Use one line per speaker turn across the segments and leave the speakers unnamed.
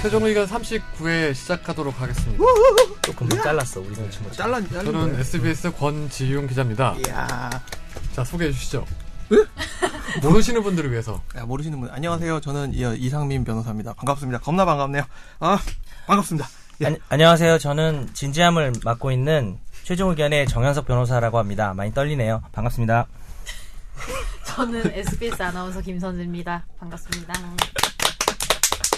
최종 의견 39회 시작하도록 하겠습니다.
조금 더 잘랐어 우리 눈치 못
잘라 잘라.
네.
저는 SBS 권지윤 기자입니다.
예.
이야.
자 소개해 주시죠.
예?
모르시는 분들을 위해서
야, 모르시는 분 안녕하세요. 저는 이- 이상민 변호사입니다. 반갑습니다. 겁나 반갑네요. 아 반갑습니다. 예.
안, 안녕하세요 저는 진지함을 맡고 있는 최종 의견의 정현석 변호사라고 합니다 많이 떨리네요 반갑습니다
저는 SBS 아나운서 김선주입니다. 반갑습니다.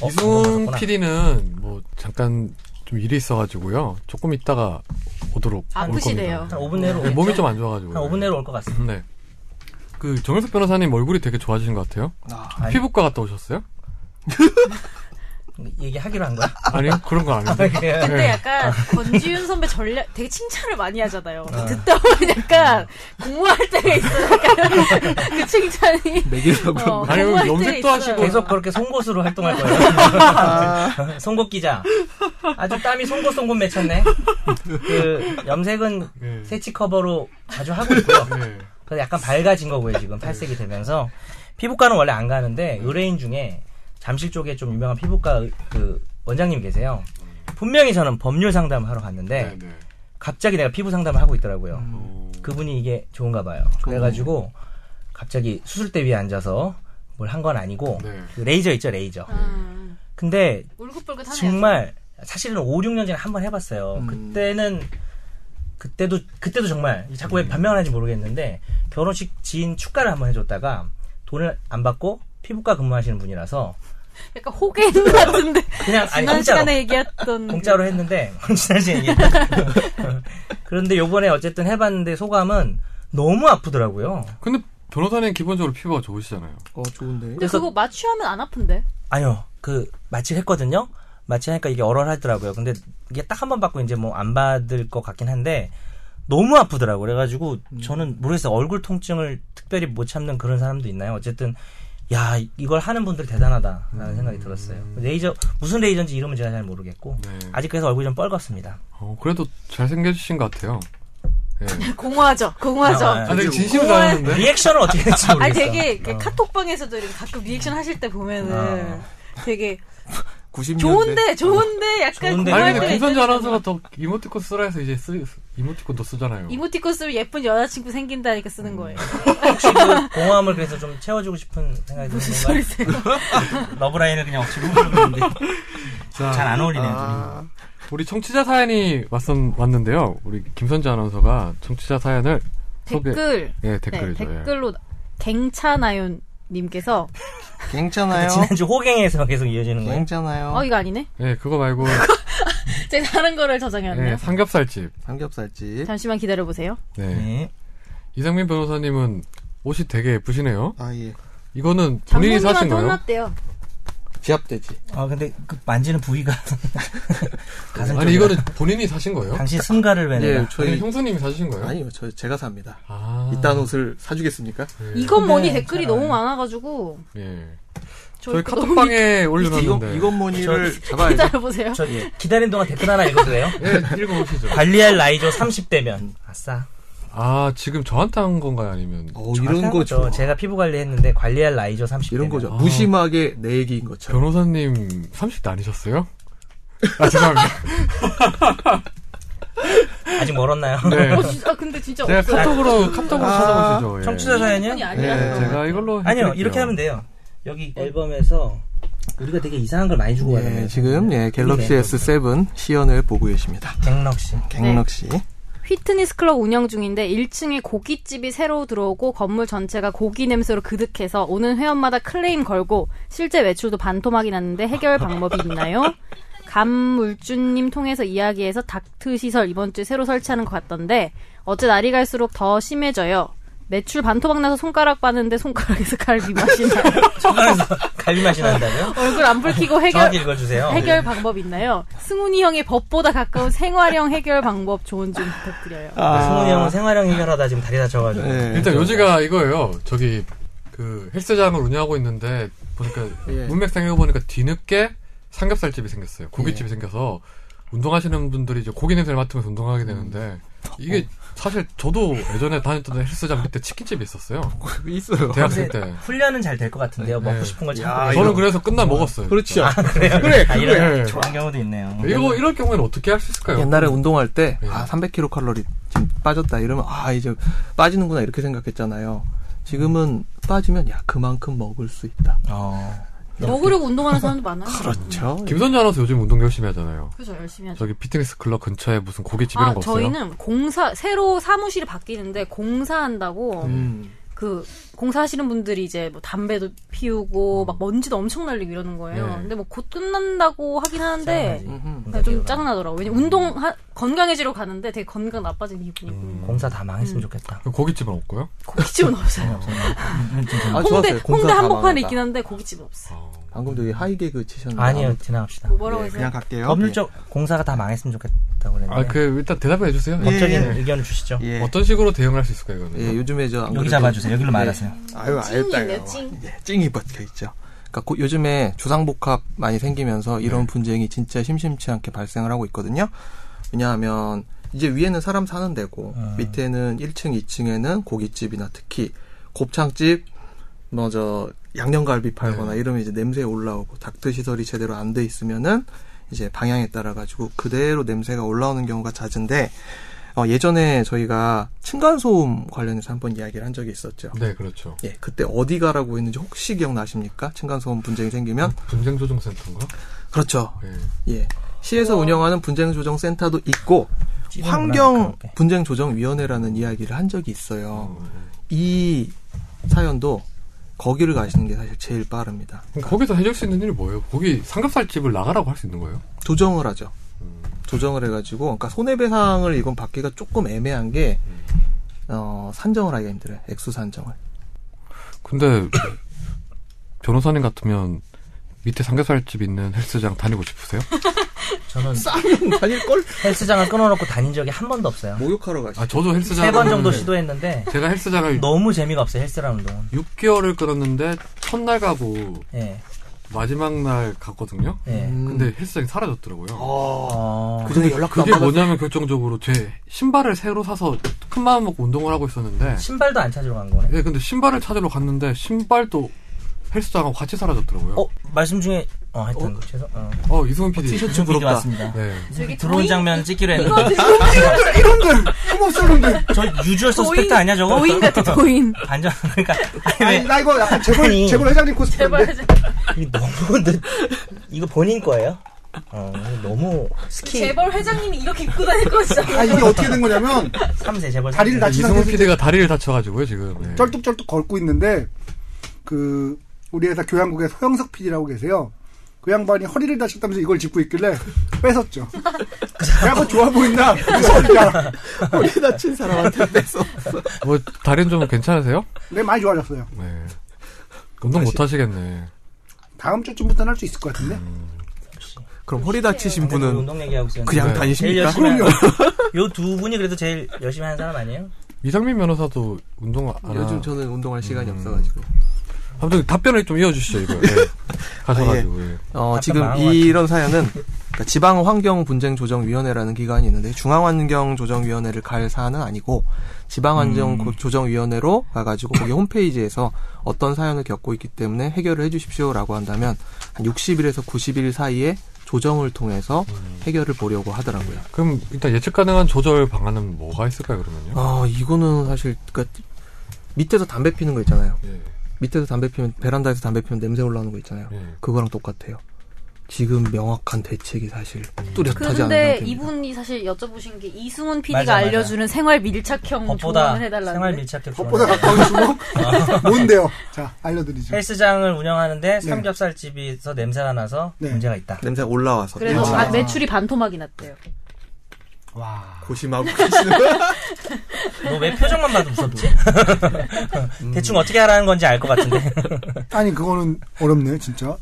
어,
이승훈
반가웠구나.
PD는 뭐 잠깐 좀 일이 있어가지고요. 조금 있다가 오도록 올
아프시대요.
겁니다.
그렇죠.
한 5분 내로
네, 몸이 좀 안 좋아가지고.
한 5분 내로 올 것 같습니다
네. 그 정현석 변호사님 얼굴이 되게 좋아지신 것 같아요.
아,
아니.
피부과 갔다 오셨어요?
얘기하기로 한 거야
아니요 그런 거 아닌데.
그래요?
네.
근데 약간 권지윤 선배 전략 되게 칭찬을 많이 하잖아요. 듣다 보니 약간 공부할 때가 있어요. 약간 그 칭찬이.
매기라고.
어,
아니,
공부할 때가
염색도
있어요.
하시고.
계속 그렇게 송곳으로 활동할
아.
거예요 송곳 기자 아주 땀이 송곳 송곳 맺혔네 그 염색은
네.
새치 커버로 자주 하고 있고요
네.
그래서 약간 밝아진 거고요 지금 탈색이 되면서 피부과는 원래 안 가는데 의뢰인 중에 잠실 쪽에 좀 유명한 피부과 의- 그 원장님 계세요. 분명히 저는 법률 상담하러 갔는데
네. 네.
갑자기 내가 피부 상담을 하고 있더라고요.
어,
그분이 이게 음. 좋은가 봐요. 그래가지고 갑자기 수술대 위에 앉아서 뭘 한 건 아니고
네.
그 레이저 있죠 레이저.
음,
근데
울긋불긋하네요.
정말 사실은 5, 6년 전에 한 번 해봤어요.
음.
그때는 그때도 그때도 정말 자꾸 왜 변명을 하는지 모르겠는데 결혼식 지인 축가를 한번 해줬다가 돈을 안 받고 피부과 근무하시는 분이라서
약간 호갱 같은데.
그냥 아니
지난
공짜로
시간에 얘기했던.
공짜로
그-
했는데 지난 시간에 얘기했다. 그런데 요번에 어쨌든 해봤는데 소감은 너무 아프더라고요.
근데 변호사님 기본적으로 피부가 좋으시잖아요.
어 좋은데.
근데 그거 마취하면 안 아픈데?
아니요 그 마취를 했거든요. 마취하니까 이게 얼얼하더라고요. 근데 이게 딱 한 번 받고 이제 뭐 안 받을 것 같긴 한데 너무 아프더라고요. 그래가지고
음.
저는 모르겠어요. 얼굴 통증을 특별히 못 참는 그런 사람도 있나요? 어쨌든 야 이- 이걸 하는 분들 대단하다라는
음.
생각이 들었어요. 레이저 무슨 레이저인지 이름은 제가 잘 모르겠고
네.
아직 그래서 얼굴이 좀 뻘겋습니다.
아,
어, 그래도 잘생겨주신 것 같아요. 예.
공허하죠. 공허하죠.
아,
아, 되게 진심을
공허해.
다하는데.
리액션을 어떻게 했지 모르겠어.
네? 아니 되게 그러니까. 이렇게 카톡방에서도 이렇게 가끔 리액션 하실 때 보면은
아.
되게
90년대.
좋은데 좋은데 약간
좋은데.
공부할
음, 네. 아니
네.
근데
때가
김선재
있잖아요.
아나운서가 더 이모티콘 쓰라 해서 이제 쓰 이모티콘도 쓰잖아요.
이모티콘 쓰면 예쁜 여자친구 생긴다니까 쓰는
음.
거예요.
혹시 그 공허함을 그래서 좀 채워주고 싶은
음.
생각이 드는 건가요?
소리세요?
러브라인을 그냥 억지로 부르는데
자,
잘 안 어울리네요.
아,
우리 청취자 사연이 왔은, 왔는데요. 우리 김선재 아나운서가 청취자 사연을 소개.
댓글
예
네,
댓글이죠. 예.
댓글로 갱차나요 님께서
괜찮아요.
그러니까 지난주 호갱에서 계속 이어지는 거예요.
괜찮아요.
어 이거 아니네.
예 그거 말고
제가 다른 거를
예,
저장해왔네요.
삼겹살집.
삼겹살집.
잠시만 기다려 보세요.
네.
네.
이상민 변호사님은 옷이 되게 예쁘시네요.
아 예.
이거는 본인이 사신
장모님한테
거예요?
혼났대요.
지압돼지.
아 근데 그 만지는 부위가 가슴
아니
쪽이라.
이거는 본인이 사신 거예요?
당신 승가를 왜 내가
예,
아니
저희
형수님이 사주신 거예요?
아니요, 저 제가 삽니다.
아.
이딴 옷을 사주겠습니까?
예.
이건 뭐니
네,
댓글이
잘
너무
알아요.
많아가지고
예.
저
저희
이거 너무
카톡방에
이건
올려놨는데.
이건 뭐니를 잡아야죠.
기다려 보세요.
저 예. 기다린 동안 댓글 하나 네, 읽어도 돼요?
예, 읽어보시죠.
관리할 나이조 30대면 아싸.
아, 지금 저한테 한 건가요? 아니면.
어 이런
아싸?
거죠.
저 제가 피부 관리했는데 관리할 나이조 30대면
이런 거죠.
아.
무심하게 내 얘기인 것처럼.
변호사님 30대 아니셨어요? 아, 죄송합니다.
아직 멀었나요?
어,
네.
진짜, 아, 근데 진짜
제가
없어요.
카톡으로, 카톡으로
아,
찾아보시죠. 예.
청취자 사연이요?
이분이
예,
아니라.
네.
제가 이걸로.
아니요
해드릴게요.
이렇게 하면 돼요. 여기 앨범에서 우리가 되게 이상한 걸 많이 주고 가잖아요. 네.
예, 지금 예 갤럭시 S7 시연을 보고 계십니다.
갱럭시.
갱럭시.
휘트니스 클럽 운영 중인데 1층에 고깃집이 새로 들어오고 건물 전체가 고기 냄새로 그득해서 오는 회원마다 클레임 걸고 실제 매출도 반토막이 났는데 해결 방법이 있나요? 감물주님 통해서 이야기해서 닥트 시설 이번 주에 새로 설치하는 것 같던데 어째 날이 갈수록 더 심해져요. 매출 반토막 나서 손가락 빠는데 손가락에서 갈비 맛이 나요.
손가락에서 갈비 맛이 난다고요?
얼굴 안 붉히고 해결
정확히 읽어주세요. 네.
해결 방법 있나요? 승훈이 형의 법보다 가까운 생활형 해결 방법 조언 좀 부탁드려요.
아. 네.
승훈이 형은 생활형 해결하다 지금 다리 다쳐가지고.
예.
네, 일단 요지가 이거예요. 저기, 그, 헬스장을 운영하고 있는데, 보니까,
예.
문맥상에 보니까 뒤늦게
예. 음.
삼겹살집이 생겼어요. 고깃집이 생겨서, 운동하시는 분들이 이제 고기 냄새를 맡으면서 운동하게 되는데, 이게 사실 저도 예전에 다녔던 헬스장 밑에 치킨집이 있었어요.
있어요.
대학생
근데
때.
훈련은 잘 될 것 같은데요. 먹고
네.
싶은 걸
야,
참고.
저는 그래서 끝나 먹었어요.
그렇죠.
그래요.
그래,
아,
그래.
이런 좋은 경우도 있네요.
음. 이거 이럴 경우에는 어떻게 할 수
네.
있을까요?
옛날에 운동할 때,
예.
아, 300kcal 지금 빠졌다 이러면, 아, 이제 빠지는구나 이렇게 생각했잖아요. 지금은 빠지면, 야, 그만큼 먹을 수 있다.
어.
먹으려고 운동하는 사람도 많아요.
그렇죠.
김선재 아나운서 요즘 운동 열심히 하잖아요.
그죠 열심히 하죠.
저기 피트니스 클럽 근처에 무슨 고깃집 이런
아
거 없어요?
저희는 공사 새로 사무실이 바뀌는데 공사한다고
음.
그 공사하시는 분들이 이제 뭐 담배도 피우고 막 먼지도 엄청 날리고 이러는 거예요.
네.
근데 뭐 곧 끝난다고 하긴 하는데
짜증나지.
음흠.
네, 좀 짜증나더라고. 왜냐 운동 하, 건강해지러 가는데 되게 건강 나빠진 이분이고
공사 다
음.
망했으면 좋겠다.
그럼 고깃집은 없고요?
고깃집은
음.
없어요.
아,
홍대
좋았어요. 공사
홍대
다 망하다.
한복판에 있긴 한데 고깃집은 없어. 요
방금 저기 하이개그 치셨는데.
아니요, 지나갑시다.
뭐
아무-
뭐라고
예,
해서
그냥 갈게요.
법률적 공사가 다 망했으면 좋겠다고 그랬는데.
아, 그 일단 대답해 주세요.
예.
법적인 의견을 주시죠.
예.
어떤 식으로 대응할 수 있을까요, 이거는?
예, 요즘에 저. 안
여기
그래도-
잡아주세요. 여기로
예.
말하세요.
아유,
찡이네요,
알다요.
찡.
예, 찡이 박혀 있죠. 그러니까 고- 요즘에 주상복합 많이 생기면서 이런 분쟁이 진짜 심심치 않게 발생을 하고 있거든요. 왜냐하면 이제 위에는 사람 사는 데고 밑에는 1층, 2층에는 고깃집이나 특히 곱창집, 뭐 저 양념갈비 팔거나 이러면 이제 냄새 올라오고 닭들 시설이 제대로 안 돼 있으면은 이제 방향에 따라 가지고 그대로 냄새가 올라오는 경우가 잦은데 어, 예전에 저희가 층간소음 관련해서 한번 이야기를 한 적이 있었죠.
네, 그렇죠.
예, 그때 어디 가라고 했는지 혹시 기억나십니까? 층간소음 분쟁이 생기면
분쟁조정센터인가?
그렇죠.
예.
예, 시에서 운영하는 분쟁조정센터도 있고
찌르는구나,
환경
그렇게.
분쟁조정위원회라는 이야기를 한 적이 있어요.
음.
이 사연도 거기를 가시는 게 사실 제일 빠릅니다.
그럼 거기서 해줄 수 있는 일이 뭐예요? 거기 삼겹살집을 나가라고 할 수 있는 거예요?
조정을 하죠. 조정을 해가지고, 그러니까 손해배상을 이건 받기가 조금 애매한 게, 어, 산정을 하기가 힘들어요. 액수 산정을.
근데 변호사님 같으면 밑에 삼겹살집 있는 헬스장 다니고 싶으세요?
저는
싸면 다닐걸?
헬스장을 끊어놓고 다닌 적이 한 번도 없어요.
목욕하러 가시죠.
아, 저도 헬스장
세 번 정도 시도했는데
제가 헬스장을
너무 재미가 없어요. 헬스라는 운동은.
6개월을 끊었는데 첫날 가고
예.
마지막 날 갔거든요.
예.
음.
근데 헬스장이 사라졌더라고요.
어.
그 전에 연락도 안
음. 그게
받았어요.
뭐냐면 결정적으로 제 신발을 새로 사서 큰 마음 먹고 운동을 하고 있었는데
신발도 안 찾으러 간 거네.
예, 근데 신발을 찾으러 갔는데 신발도 헬스장하고 같이 사라졌더라고요.
어, 말씀 중에 어 하여튼 죄송. 어.
어, 이승훈 PD.
부럽다.
티셔츠 부럽다.
왔습니다.
네.
저기
들어온
도인-
장면 찍기로
이거
했는데
되게
네.
저 유주얼
도인
서스펙트 아니야 저거?
도인 같아 도인.
반전 그러니까 아니
아니,
왜
나 이거 약간 재벌,
아니.
재벌 회장님 코스프레인데.
제발
이거 너무 근데 이거 본인 거예요? 어 너무 스키
제발 회장님이 이렇게 입고 다닐
아,
것이잖아요.
이게 어떻게 된 거냐면,
삼세 재벌
다리를
삼세.
다친
이승훈
상태에서
PD가 다리를 다쳐가지고요, 지금. 예.
쩔뚝쩔뚝 걷고 있는데, 그, 우리 회사 교양국에 소영석 PD라고 계세요. 그 양반이 허리를 다쳤다면서 이걸 짚고 있길래 뺏었죠. 내가 뭐 좋아 보인다. 무서우니까.
허리 다친 사람한테 뺏어.
뭐, 다리는 좀 괜찮으세요?
내 많이 좋아졌어요.
네. 운동 못 하시겠네.
다음 주쯤부터는 할 수 있을 것 같은데.
그럼 허리 다치신
근데 우리
분은
운동 얘기하고 있었는데
그냥
네.
제일
다니십니까?
열심히
그럼요.
요두 분이 그래도 제일 열심히 하는 사람 아니에요?
음,
이상민 변호사도 운동 안 하나.
요즘 저는 운동할 시간이 없어가지고.
아무튼 답변을 좀 이어주시죠, 이거. 예. 가셔가지고. 예.
어, 지금
망한 것
이런 사연은 그러니까 지방환경분쟁조정위원회라는 기관이 있는데 중앙환경조정위원회를 갈 사안은 아니고 음. 지방환경조정위원회로 가가지고 거기 홈페이지에서 어떤 사연을 겪고 있기 때문에 해결을 해주십시오라고 한다면 한 60일에서 90일 사이에 조정을 통해서 해결을 보려고 하더라고요.
그럼 일단 예측 가능한 조절 방안은 뭐가 있을까요, 그러면요?
아 이거는 사실 그러니까 밑에서 담배 피는 거 있잖아요.
예.
밑에서 담배 피면 베란다에서 담배 피면 냄새 올라오는 거 있잖아요.
예.
그거랑 똑같아요. 지금 명확한 대책이 사실
그
뚜렷하지 않은
근데
상태입니다.
이분이 사실 여쭤보신 게 이승훈 PD가
맞아, 맞아.
알려주는 생활 밀착형
법보다
조언을
생활
해달라는데
밀착형
법보다
조언을
가까운 주먹? 뭔데요? 자, 알려드리죠.
헬스장을 운영하는데 삼겹살집에서 냄새가 나서
네.
문제가 있다.
냄새가 올라와서
그래서
또
아, 매출이 반토막이 났대요.
와.
고심하고 계시는
너 왜 표정만 봐도 무섭지? 대충 어떻게 하라는 건지 알 것 같은데.
아니 그거는 어렵네 진짜.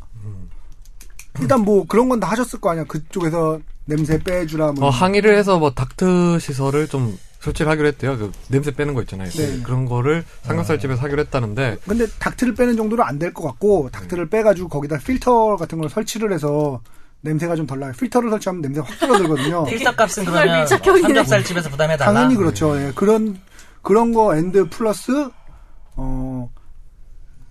일단 뭐 그런 건 다 하셨을 거 아니야. 그쪽에서 냄새 빼주라 뭐.
어, 항의를 해서 뭐 닥트 시설을 좀 설치하기로 했대요. 그 냄새 빼는 거 있잖아요.
네.
그런 거를
아.
삼겹살집에서 하기로 했다는데
근데
네.
닥트를 빼는 정도로 안 될 것 같고 닥트를 빼가지고 거기다 필터 같은 걸 설치를 해서 냄새가 좀 덜 나요. 필터를 설치하면 냄새 가확 줄어들거든요.
필사값은
정말
그러면 뭐
밀착형이네.
삼겹살 집에서 부담해달라.
당연히 그렇죠. 예, 그런 그런 거 앤드 플러스 어.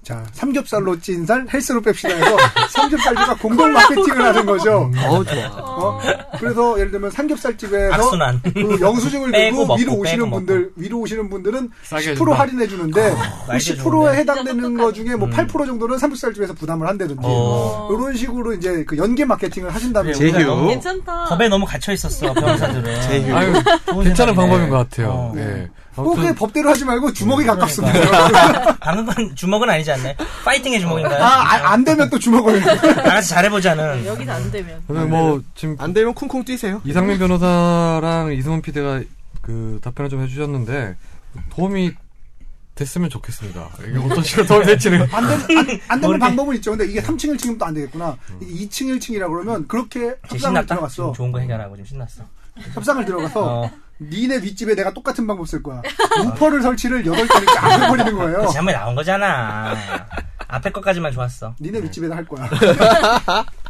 자, 삼겹살로 찐살, 헬스로 뺍시다 해서 삼겹살집과 공동 마케팅을 하는 거죠.
어우, 좋아.
어? 그래서 예를 들면 삼겹살집에서
악순환.
그 영수증을
빼고
들고
먹고,
위로 오시는
빼고
분들 위로 오시는 분들은
싸게
10%
해준다.
할인해 주는데
날개
10%에
좋은데.
해당되는 거 중에 뭐
음.
8% 정도는 삼겹살집에서 부담을 한다든지
어.
이런 식으로 이제 그 연계 마케팅을 하신다면
네, 우리가
제휴.
너무
괜찮다.
법에 너무 갇혀 있었어 변호사들은.
제휴.
아유,
좋은
괜찮은
생각이네.
방법인 것 같아요.
어.
예.
꼭 그게
아무튼
법대로 하지 말고
음,
주먹이 가깝습니다.
네, 방금 건 주먹은 아니지 않나요? 파이팅의 주먹인가요?
아, 아, 안 되면 또 주먹을.
다 같이 잘해보자는.
여기서 안 되면.
저는 뭐 지금
안 되면 쿵쿵 뛰세요.
이상민 변호사랑 이승훈 PD가 그 답변을 좀 해주셨는데 도움이 됐으면 좋겠습니다. 이게
네.
어떤 식으로 도움이 될지는
안 되는, 안, 안 되는
머리.
방법은 있죠. 근데 이게 3층 1층이면 또 안 되겠구나. 이게 2층 1층이라 그러면 그렇게
음. 제
협상을
신났다.
들어갔어.
지금 좋은 거 해결하고 좀 신났어.
협상을 들어가서
어.
니네 윗집에 내가 똑같은 방법 쓸 거야. 우퍼를 설치를 8개를 쫙 해버리는 거예요.
지난번에 나온 거잖아. 앞에 것까지만 좋았어.
니네 윗집에다 할 거야.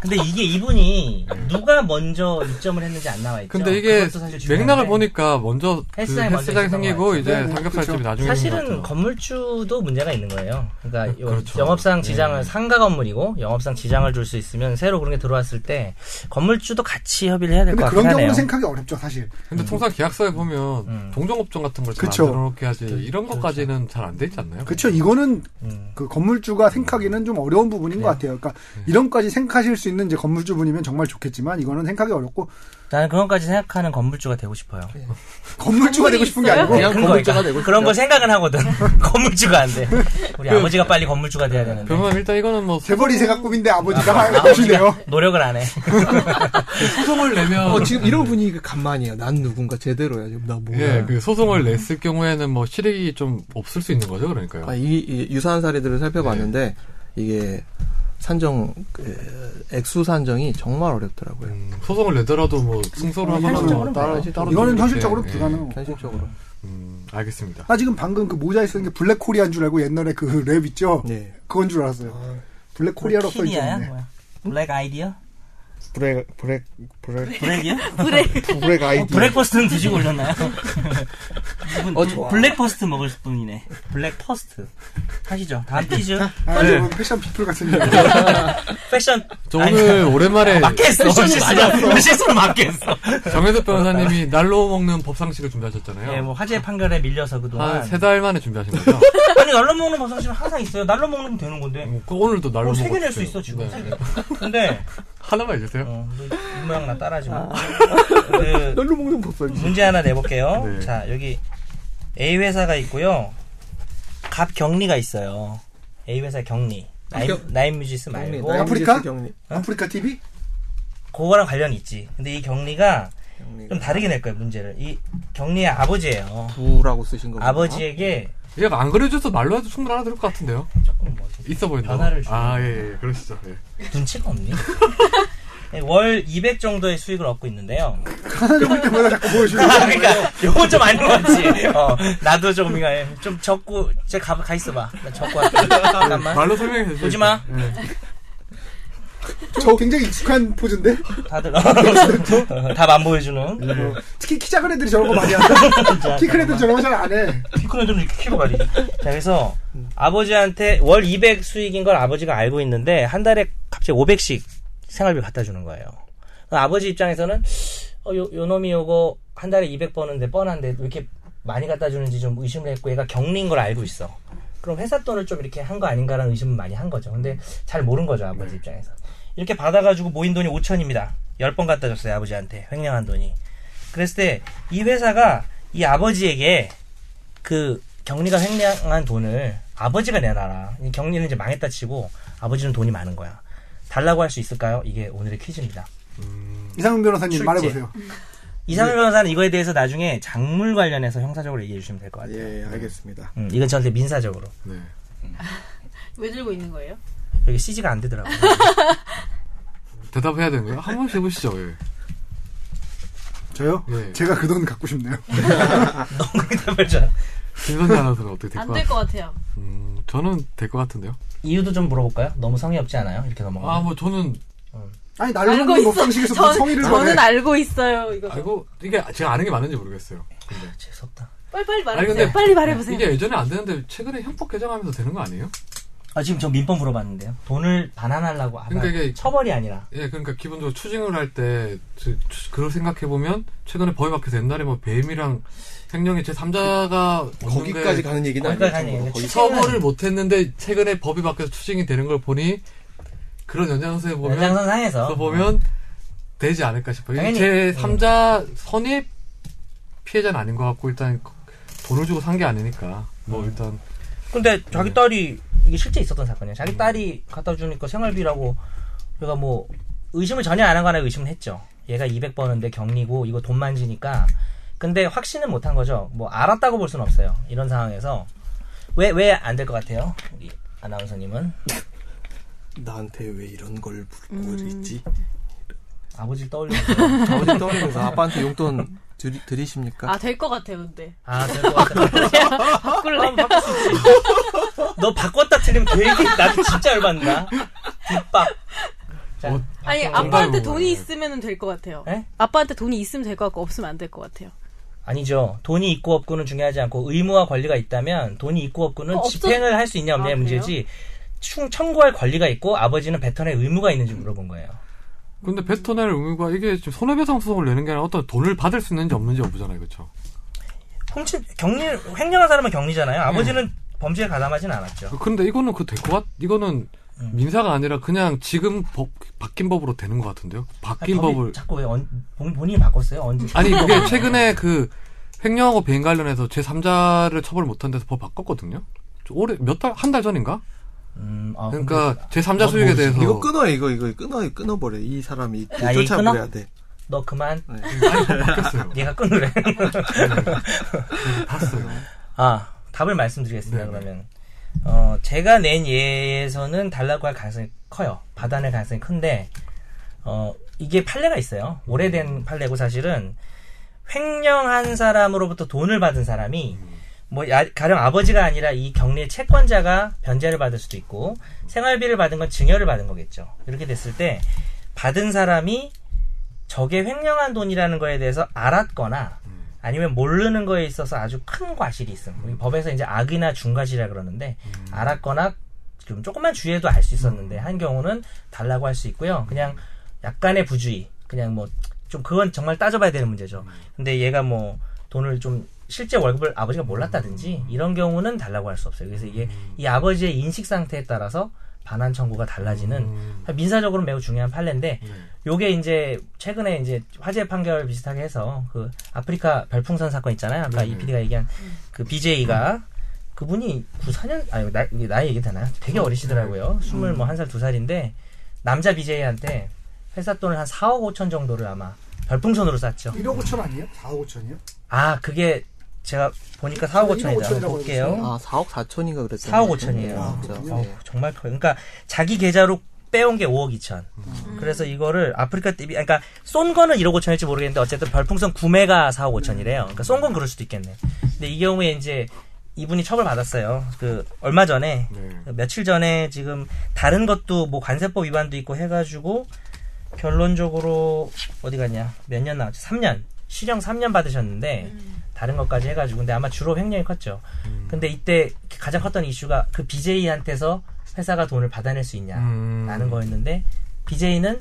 근데 이게 이분이 누가 먼저 입점을 했는지 안 나와 있죠.
근데 이게
그렇죠. 그것도 사실 중요한데
맥락을 보니까 먼저 그
헬스장이 먼저
헬스장이
있었던
생기고
거예요.
이제
네, 네,
삼겹살집이
그렇죠.
나중에 생긴
사실은
것 같아요.
건물주도 문제가 있는 거예요. 그러니까 요
그렇죠.
영업상 지장을
예.
상가 건물이고 영업상 지장을 줄 수 있으면 새로 그런 게 들어왔을 때 건물주도 같이 협의를 해야 될 것
근데
같긴
그런
하네요.
경우는 생각이 어렵죠, 사실.
근데 통상 계약서에 보면
음.
동종업종 같은 걸 잘
그쵸.
만들어 놓게 하지 이런 것까지는 잘 안 돼 있지 않나요?
그쵸. 그렇죠? 이거는
음.
그 건물주가 생각하기는 좀 어려운 부분인 것 같아요. 그러니까 이런까지 생각하실 수 있는 이제 건물주분이면 정말 좋겠지만 이거는 생각이 어렵고
나는 그런까지 생각하는 건물주가 되고 싶어요. 네,
건물주가 되고 싶은 게 아니고
그냥
그런
건물주가
거니까.
되고 싶다.
그런 거 생각은 하거든. 건물주가 안 돼. 우리 아버지가 빨리 건물주가 돼야 되는데.
변호사님 일단 이거는 뭐
재벌이 제가 꿈인데 아버지가
아버지가
해주네요.
노력을 안 해.
소송을 내면
어, 지금 이런 분위기가 간만이에요. 난 누군가 제대로야. 지금 나 뭐야.
예,
네.
그 소송을 냈을 경우에는 뭐 실익이 좀 없을 수 있는 거죠, 그러니까요.
아, 이, 이 유사한 사례들을 살펴봤는데 이게 산정 그, 액수 산정이 정말 어렵더라고요.
음, 소송을 내더라도 뭐
아,
승소를
음.
하거나 뭐
현실적으로는
따로
불가능하지.
따로
이거는
좀
현실적으로
이렇게,
불가능하고.
현실적으로.
예. 음, 알겠습니다.
나 지금 방금 그 모자에 쓰는 게 블랙 코리아인 줄 알고 옛날에 그 랩 있죠?
네.
그건 줄 알았어요. 블랙 코리아로
키니아야?
써있네.
뭐야? 블랙 아이디어?
브렉 브렉 브렉
브렉이요?
브렉 아이디.
블랙퍼스트는 어, 드시고 올렸나요? 이분
어, 좋아.
블랙퍼스트 먹을 분이네. 블랙퍼스트. 하시죠. 다음 퀴즈.
아니,
네.
뭐 패션 피플 같은 얘기. 네.
패션.
저 오늘 오랜만에
맞겠어. 실수로, 실수로 맞겠어.
정혜석 변호사님이 날로 먹는 법상식을 준비하셨잖아요.
예, 뭐 화재 판결에 밀려서 그동안.
아,
한 세 달 만에 준비하신 거죠?
아니, 날로 먹는 버섯은 항상 있어요. 날로 먹으면 되는 건데.
음, 그 오늘도 날로
오늘
먹었어요.
네. 뭐 세개 낼 수 있어, 지금.
네.
근데,
하나만 해주세요.
어, 너이 모양 나 따라하지
아.
마. 그,
널로 먹는 법사.
문제 하나 내볼게요.
네.
자, 여기 A 회사가 있고요. 갑 격리가 있어요. A 회사 격리. 나인,
격-
나인 뮤지스 말고.
아프리카?
경리. 네.
아프리카 TV?
그거랑 관련이 있지. 근데 이 격리가 좀
경리가
다르게 낼 거예요, 문제를. 이 격리의 아버지예요.
부라고 쓰신 거.
아버지에게
얘가 안 그려줘서 말로 해도 충분 하나 들을 것 같은데요?
조금 뭐 이렇게
있어 보인다.
변화를 주는
아, 예, 예, 그러시죠. 예.
눈치가 없니? 월 200 정도의 수익을 얻고 있는데요.
하나 적을 때마다 네, 자꾸 보여주는
아,
거.
그러니까 요건 좀 아닌 것 같지. 어, 나도 좀 이거 좀 적고 제가 가 있어봐. 나 적고 할게. 잠깐만.
말로 설명해 주세요.
아,
예.
보지 마.
저 굉장히 익숙한 포즈인데?
다들 어. 답 안 보여주는.
어, 특히 키 작은 애들이 저런 거 많이 한다. 키 큰 애들 저런 거 잘 안 해.
피크는 이렇게 키로 가리. 자 그래서 아버지한테 월 200 수익인 걸 아버지가 알고 있는데 한 달에 갑자기 500씩 생활비 갖다 주는 거예요. 아버지 입장에서는 어, 요, 요 놈이 요거 한 달에 200 버는데 뻔한데 왜 이렇게 많이 갖다 주는지 좀 의심을 했고 얘가 격리인 걸 알고 있어. 그럼 회사 돈을 좀 이렇게 한 거 아닌가라는 의심을 많이 한 거죠. 근데 잘 모른 거죠 아버지 입장에서. 이렇게 받아가지고 모인 돈이 5천입니다. 10번 갖다 줬어요 아버지한테 횡령한 돈이. 그랬을 때 이 회사가 이 아버지에게 그 경리가 횡령한 돈을 아버지가 내놔라. 이 경리는 이제 망했다 치고 아버지는 돈이 많은 거야. 달라고 할 수 있을까요? 이게 오늘의 퀴즈입니다.
이상훈 변호사님
출제.
말해보세요.
네.
이상현 변호사는 이거에 대해서 나중에 작물 관련해서 형사적으로 얘기해 주시면 될 것 같아요.
예, 알겠습니다.
음, 이건 저한테 민사적으로.
네.
왜 들고 있는 거예요?
여기 CG가 안 되더라고요.
대답해야 되는 거예요? 한 번씩 해보시죠. 예.
저요?
네.
제가 그 돈 갖고 싶네요.
너무 답을 줄 알아.
김선재 아나운서는 어떻게 될 것
안
같아요?
될 것 같아요.
음, 저는 될 것 같은데요?
이유도 좀 물어볼까요? 너무 성의 없지 않아요? 이렇게 넘어가.
아, 뭐 저는
음.
아니 날로
알고
먹는
있어.
목상식에서 무슨
저는,
성의를
저는
말해.
알고 있어요. 이거
알고 아, 이게 제가 아는 게 맞는지 모르겠어요. 근데.
재수없다.
빨리빨리
아니,
말해보세요.
근데
빨리 말해보세요.
이게 예전에 안 되는데 최근에 형법 개정하면서 되는 거 아니에요?
아 지금 저 민법 물어봤는데요. 돈을 반환하려고 하면
그러니까 이게-
처벌이 아니라
예, 그러니까 기본적으로 추징을 할 때 그걸 생각해 보면 최근에 법이 바뀌어서 옛날에 뭐 배임이랑 횡령이 제 3자가
거기까지 가는 얘기는
거기까지
아니에요.
가는 얘기는
거기-
처벌을 못 했는데 최근에 법이 바뀌어서 추징이 되는 걸 보니 그런 연장선에 보면
연장선
그거
상에서
보면 되지 않을까 싶어요.
당연히. 음.
제 3자 선입 피해자는 아닌 것 같고 일단 돈을 주고 산 게 아니니까 뭐
음.
일단
근데 자기
네.
딸이 이게 실제 있었던 사건이에요. 자기 딸이 갖다 주니까 생활비라고 우리가 뭐 의심을 전혀 안 한 거나 의심을 했죠. 얘가 200버는데 격리고 이거 돈 만지니까 근데 확신은 못 한 거죠. 뭐 알았다고 볼 수는 없어요. 이런 상황에서 왜 왜 안 될 것 같아요? 우리 아나운서님은
나한테 왜 이런 걸 묻고 있지?
아버지를 떠올리고
아버지 떠오르면서 아빠한테 용돈 드리, 드리십니까?
아, 될 것 같아요, 근데.
아 될 것 같아.
바꿀래.
너 바꿨다 틀리면 되게 나도 진짜 열받는다. 뒷박. 자,
어,
아니,
정답을
아빠한테
몰라요.
돈이 있으면 될 것 같아요.
에?
아빠한테 돈이 있으면 될 것 같고 없으면 안 될 것 같아요.
아니죠. 돈이 있고 없고는 중요하지 않고 의무와 권리가 있다면 돈이 있고 없고는
어, 없어-
집행을 할 수 있냐 없냐의
아,
문제지. 충 청구할 권리가 있고 아버지는 뱉어낼 의무가 있는지 물어본 거예요.
근데 뱉어낼 의무가 이게 지금 손해배상 소송을 내는 게 아니라 어떤 돈을 받을 수 있는지 없는지 여부잖아요, 그렇죠?
훔친 격리 횡령한 사람은 격리잖아요.
네.
아버지는 범죄에 가담하진 않았죠.
근데 이거는 그될것 같, 이거는
음.
민사가 아니라 그냥 지금 법 바뀐 법으로 되는 것 같은데요? 바뀐
아, 법이
법을
자꾸 왜 언, 본- 본인이 바꿨어요? 언제?
아니 그게 최근에 그 횡령하고 배임 관련해서 제 3자를 처벌 못한 데서 법 바꿨거든요. 좀 올해 몇 달 한 달 전인가?
음, 아, 근데
그러니까 제 3자
어,
수익에
모르지.
대해서
이거 끊어 이거 이거 끊어 끊어버려 이 사람이
아, 얘 끊어?
쫓아버려야 돼.
너 그만.
아니 바뀌었어요.
얘가 끊으래.
봤어요.
아, 답을 말씀드리겠습니다,
네, 네.
그러면. 어, 제가 낸 예에서는 달라고 할 가능성이 커요. 받아낼 가능성이 큰데, 어, 이게 판례가 있어요.
음.
오래된 판례고 사실은 횡령한 사람으로부터 돈을 받은 사람이 뭐 야- 가령 아버지가 아니라 이 격리의 채권자가 변제를 받을 수도 있고 생활비를 받은 건 증여를 받은 거겠죠. 이렇게 됐을 때 받은 사람이 저게 횡령한 돈이라는 거에 대해서 알았거나 아니면 모르는 거에 있어서 아주 큰 과실이 있음. 우리 법에서 이제 악이나 중과실이라 그러는데 알았거나 좀 조금만 주의해도 알 수 있었는데 한 경우는 달라고 할 수 있고요. 그냥 약간의 부주의, 그냥 뭐 좀 그건 정말 따져봐야 되는 문제죠. 근데 얘가 뭐 돈을 좀 실제 월급을 아버지가
음.
몰랐다든지 이런 경우는 달라고 할 수 없어요. 그래서 이게 이 아버지의 인식 상태에 따라서 반환 청구가 달라지는
음,
민사적으로 매우 중요한 판례인데
네.
요게 이제 최근에 이제 화재 판결 비슷하게 해서 그 아프리카 별풍선 사건 있잖아요. 아까
네.
이 PD가 얘기한 그 BJ가
음.
그분이 94년 아니 나, 이게 나이 얘기 되나요? 되게
음.
어리시더라고요. 스물 뭐 한 살 두 살인데 남자 BJ한테 회사 돈을 한 4억 5천 정도를 아마 별풍선으로 쌌죠.
1억 5천 아니에요? 4억 5천이요?
아 그게 제가 보니까 4억 5천이다.
1억 5천이라고
볼게요. 네.
아 4억 4천인가 아, 그랬죠.
4억 5천이에요. 그렇죠. 어우, 정말 커요. 그러니까 자기 계좌로 빼온 게 5억 2천. 그래서 이거를 아프리카 TV, 그러니까 쏜 거는 1억 5천일지 모르겠는데 어쨌든 별풍선 구매가 4억 5천이래요. 그러니까 쏜 건 그럴 수도 있겠네. 근데 이 경우에 이제 이분이 처벌 받았어요. 그 얼마 전에
네.
며칠 전에 지금 다른 것도 뭐 관세법 위반도 있고 해가지고 결론적으로 어디 갔냐 몇 년 나왔지 3년 실형 3년 받으셨는데 다른 것까지 해가지고 근데 아마 주로 횡령이 컸죠. 근데 이때 가장 컸던 이슈가 그 BJ한테서 회사가 돈을 받아낼 수 있냐라는
음,
거였는데 BJ는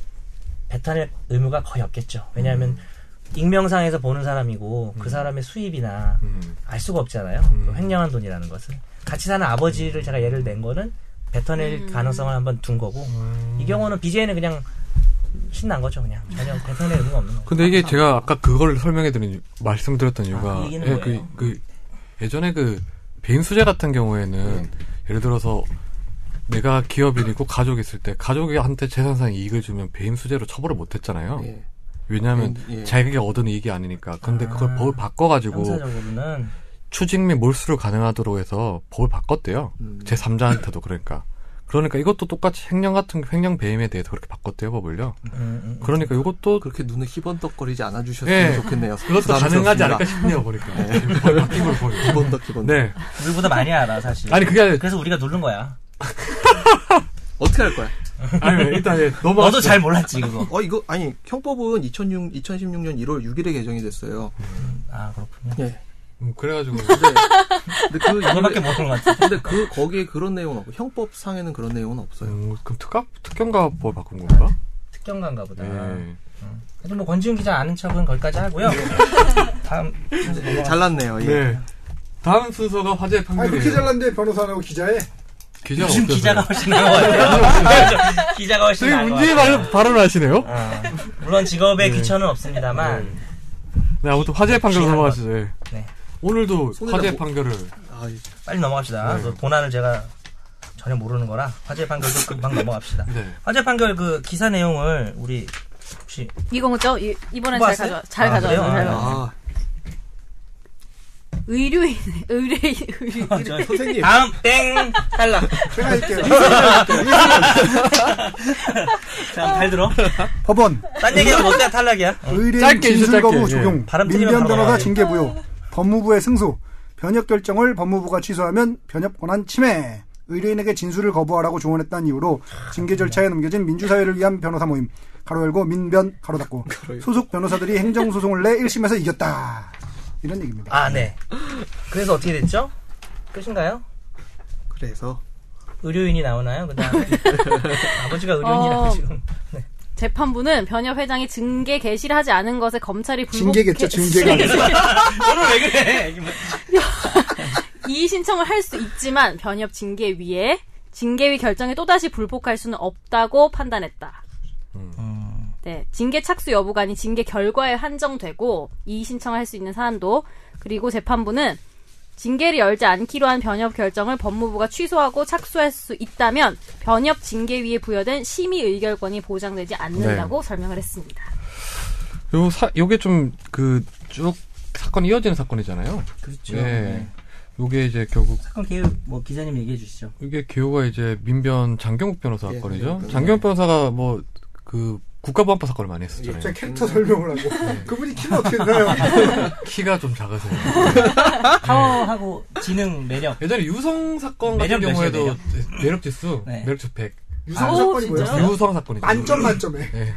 뱉어낼 의무가 거의 없겠죠. 왜냐하면 익명상에서 보는 사람이고 그 사람의 수입이나
음.
알 수가 없잖아요. 그 횡령한 돈이라는 것은 같이 사는 아버지를 제가 예를 낸 거는 뱉어낼 가능성을 한번 둔 거고
음.
이 경우는 BJ는 그냥 신난 거죠 그냥 전혀 뱉어낼 의무가 없는 거고
근데 이게 제가 아까 그걸 설명해 드린 말씀드렸던 이유가
아, 얘기는
예,
뭐예요?
그, 그 예전에 그 배임 수재 같은 경우에는
네.
예를 들어서 내가 기업인이고 가족이 있을 때 가족한테 재산상 이익을 주면 배임 수재로 처벌을 못 했잖아요.
네.
예.
왜냐하면
예, 예.
자기가 얻은 이익이 아니니까. 근데
아.
그걸 법을 바꿔가지고
형사적으로는
추직 및 몰수를 가능하도록 해서 법을 바꿨대요.
음.
제 3자한테도 그러니까. 그러니까 이것도 똑같이 횡령 같은 횡령 배임에 대해서 그렇게 바꿨대요 법을요.
음, 음, 음.
그러니까 이것도 그-
그렇게 눈을 희번덕거리지 않아주셨으면
예.
좋겠네요.
그것도 가능하지 않을까 싶네요 보니까. 거의 바뀐 걸 보니까.
희번덕 희번덕.
네.
우리보다 많이 알아 사실
아니 그게 아니라
그래서 우리가 누른 거야
어떻게 할 거야?
아니 일단 예, 넘어가.
너도 잘 몰랐지 그거.
어 이거 아니 형법은 2006 2016년 1월 6일에 개정이 됐어요.
아 그렇군요.
예.
음, 그래가지고
근데, 근데 그
이거밖에
이후에-
모르는 것 같아.
근데 그 거기에 그런 내용은 없고 형법상에는 그런 내용은 없어요.
음, 그럼 특가 특경가법 바꾼 건가?
특경가인가 보다.
네.
그래도 뭐 권지훈 기자 아는 척은 거기까지 하고요. 다음
예, 잘났네요. 예.
네. 다음 순서가 화재
아니, 그렇게
판결이에요.
잘난데 변호사하고 기자에.
기자가
요즘
없어서요.
기자가 훨씬 나은 것 같아요. 기자가 훨씬
되게
나은 것
문제의
같아요.
발, 발언을 하시네요.
아, 물론 직업에
네.
귀천은 없습니다만
네, 아무튼 화재 판결 넘어가시죠. 예.
네.
오늘도
손에다
화재
뭐-
판결을
아, 예.
빨리 넘어갑시다.
네.
그 본안을 제가 전혀 모르는 거라 화재 판결도 금방 넘어갑시다.
네.
화재 판결 그 기사 내용을 우리 혹시
이거죠? 이- 이번엔 잘
뽑았어요?
가져. 잘
아,
가져.
그래요?
잘
아.
가져.
아,
의료인 의뢰인 의뢰인.
저희
선생님.
다음 땡 탈락.
제가 할게요.
자잘 들어.
법원.
딴 얘기하면 못해 탈락이야. 어.
의뢰인
짧게 해주세요,
진술거부
짧게. 예.
적용.
바람 틀리면
민변
바로
변호사
나가야지.
징계부요. 법무부의 승소. 변협 결정을 법무부가 취소하면 변협 권한 침해. 의뢰인에게 진술을 거부하라고 조언했다는 이유로 징계 절차에 넘겨진 민주사회를 위한 변호사 모임. 가로 열고 민변 가로 닫고. 소속 변호사들이 행정소송을 내 1심에서 이겼다. 이런 얘기입니다.
아 네. 그래서 어떻게 됐죠? 끝인가요?
그래서
의료인이 나오나요? 그다음 아버지가 의료인이라고
어.
지금.
재판부는 변협 회장이 징계 개시를 하지 않은 것에 검찰이 불복
징계겠죠, 징계가.
오늘 왜 그래? 이게 뭐-
이의 신청을 할 수 있지만 변협 징계위에 징계위 결정에 또다시 불복할 수는 없다고 판단했다. 네, 징계 착수 여부가 아닌 징계 결과에 한정되고 이의 신청을 할 수 있는 사안도 그리고 재판부는 징계를 열지 않기로 한 변협 결정을 법무부가 취소하고 착수할 수 있다면 변협 징계위에 부여된 심의 의결권이 보장되지 않는다고
네.
설명을 했습니다.
요 사, 요게 좀 그 쭉 사건이 이어지는 사건이잖아요.
그렇죠.
예.
네.
요게 이제 결국
사건 개요 뭐 기자님 얘기해 주시죠.
이게 기호가 이제 민변 장경욱 변호사
예,
사건이죠.
네.
장경욱 변호사가 뭐 그 국가보안법 사건을 많이 했었잖아요.
갑자기 캐릭터 설명을 하고. 그분이 키는 어떻게 되나요?
키가 좀 작으세요. 네.
파워하고 지능 매력.
예전에 유성 사건 같은
매력 몇이에요,
경우에도 매력, 지수
네.
매력 지수 100.
유성
오,
사건이
진짜요?
뭐예요?
유성 사건이죠.
만점 만점에.
예.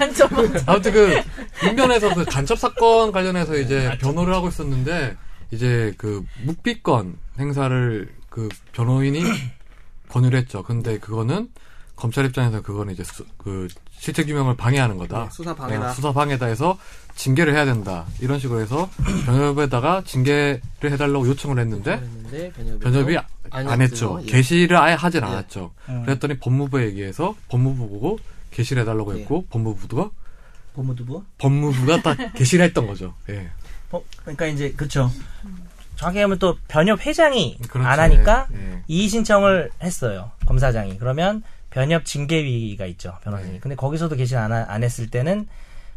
완전
아무튼 그 민변에서 그 간첩 사건 관련해서 이제 변호를 하고 있었는데 이제 그 묵비권 행사를 그 변호인이 권유를 했죠. 근데 그거는 검찰 입장에서 그거는 이제 수- 그 실체 규명을 방해하는 거다.
네, 수사 방해다.
수사 방해다 해서 징계를 해야 된다. 이런 식으로 해서 변협에다가 징계를 해달라고 요청을
네?
했는데
했는데 변협이,
변협이
안
안 했죠.
했죠. 예.
게시를 아예 하진 않았죠.
음.
그랬더니 법무부에 얘기해서 법무부 보고 게시를 해달라고
예.
했고 법무부가
법무부부.
법무부가 딱 게시를 했던 거죠. 예.
어, 그러니까 이제 그쵸. 정확히 하면 또 변협 회장이
그렇죠.
안 하니까
예, 예.
이의 신청을 했어요. 검사장이. 그러면 변협 징계위가 있죠. 변호사님.
네.
근데 거기서도 계신 안, 하- 안 했을 때는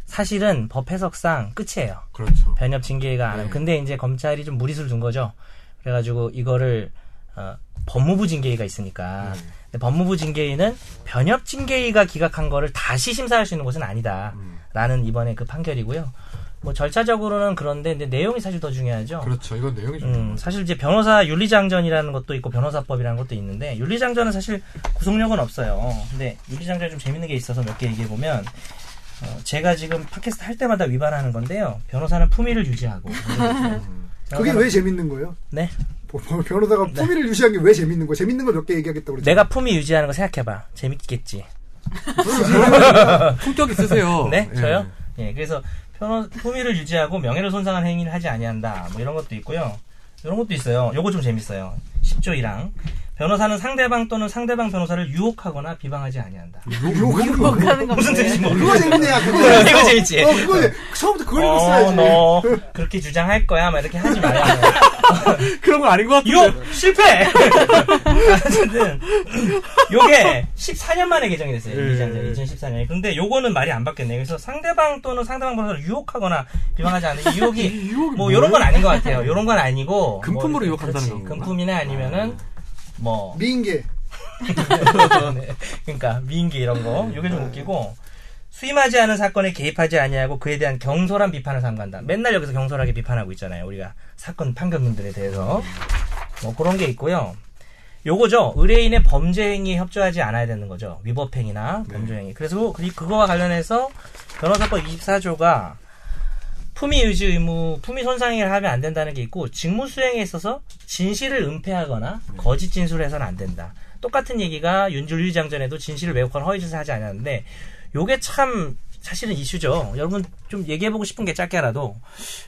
사실은 법 해석상 끝이에요.
그렇죠.
변협 징계위가 안
네.
하면. 근데 이제 검찰이 좀 무리수를 둔 거죠. 그래가지고 이거를 어, 법무부 징계위가 있으니까. 근데 법무부 징계위는 변협 징계위가 기각한 거를 다시 심사할 수 있는 곳은 아니다. 라는 이번에 그 판결이고요. 뭐 절차적으로는 그런데 근데 내용이 사실 더 중요하죠.
그렇죠. 이건 내용이 좀
음, 사실 이제 변호사 윤리장전이라는 것도 있고 변호사법이라는 것도 있는데 윤리장전은 사실 구속력은 없어요. 근데 윤리장전이 좀 재밌는 게 있어서 몇 개 얘기해 보면 어, 제가 지금 팟캐스트 할 때마다 위반하는 건데요. 변호사는 품위를 유지하고
음. 그게 왜 재밌는 거예요? 뭐,
네.
변호사가 품위를 유지한 게 왜 재밌는 거야? 재밌는 걸 몇 개 얘기하겠다고 그랬죠.
내가 품위 유지하는 거 생각해봐. 재밌겠지.
아, 품격 있으세요.
네,
예.
어,
저요. 예, 그래서 변호, 품위를 유지하고 명예를 손상한 행위를 하지 아니한다. 뭐 이런 것도 있고요. 이런 것도 있어요. 요거 좀 재밌어요. 10조 1항. 변호사는 상대방 또는 상대방 변호사를 유혹하거나 비방하지 아니한다.
욕하는 거.
가는 거
무슨 뜻인지 모르겠어.
그거 재밌네야. 그거
이거 재밌지?
어, 그거 재- 처음부터 그걸 읽고
어,
써야지.
너 그렇게 주장할 거야. 막 이렇게 하지 말라.
그런 거 아닌 것 같은데.
욕! 실패! 어쨌든, 요게 14년 만에 개정이 됐어요.
예.
이장전 2014년에. 근데 요거는 말이 안 바뀌었네요. 그래서 상대방 또는 상대방 변호사를 유혹하거나 비방하지 않는 이 유혹이
유혹이
뭐 요런 건 아닌 것 같아요. 요런 건 아니고
금품으로
뭐 이렇게,
유혹한다는
그렇지.
건가?
금품이나 아니면은 뭐
미인계.
네. 그러니까 미인기 이런 거 요게 좀 웃기고 수임하지 않은 사건에 개입하지 아니하고 그에 대한 경솔한 비판을 삼간다. 맨날 여기서 경솔하게 비판하고 있잖아요. 우리가 사건 판결문들에 대해서 뭐 그런 게 있고요. 요거죠. 의뢰인의 범죄 행위에 협조하지 않아야 되는 거죠. 위법 행위나 범죄 행위. 그래서 그- 그거와 관련해서 변호사법 24조가 품위 유지 의무, 품위 손상행위를 하면 안 된다는 게 있고 직무 수행에 있어서 진실을 은폐하거나
네.
거짓 진술을 해서는 안 된다. 똑같은 얘기가 윤준리 장전에도 진실을 왜곡하는 허위 짓을 하지 않았는데 요게 참 사실은 이슈죠. 여러분 좀 얘기해보고 싶은 게 짧게라도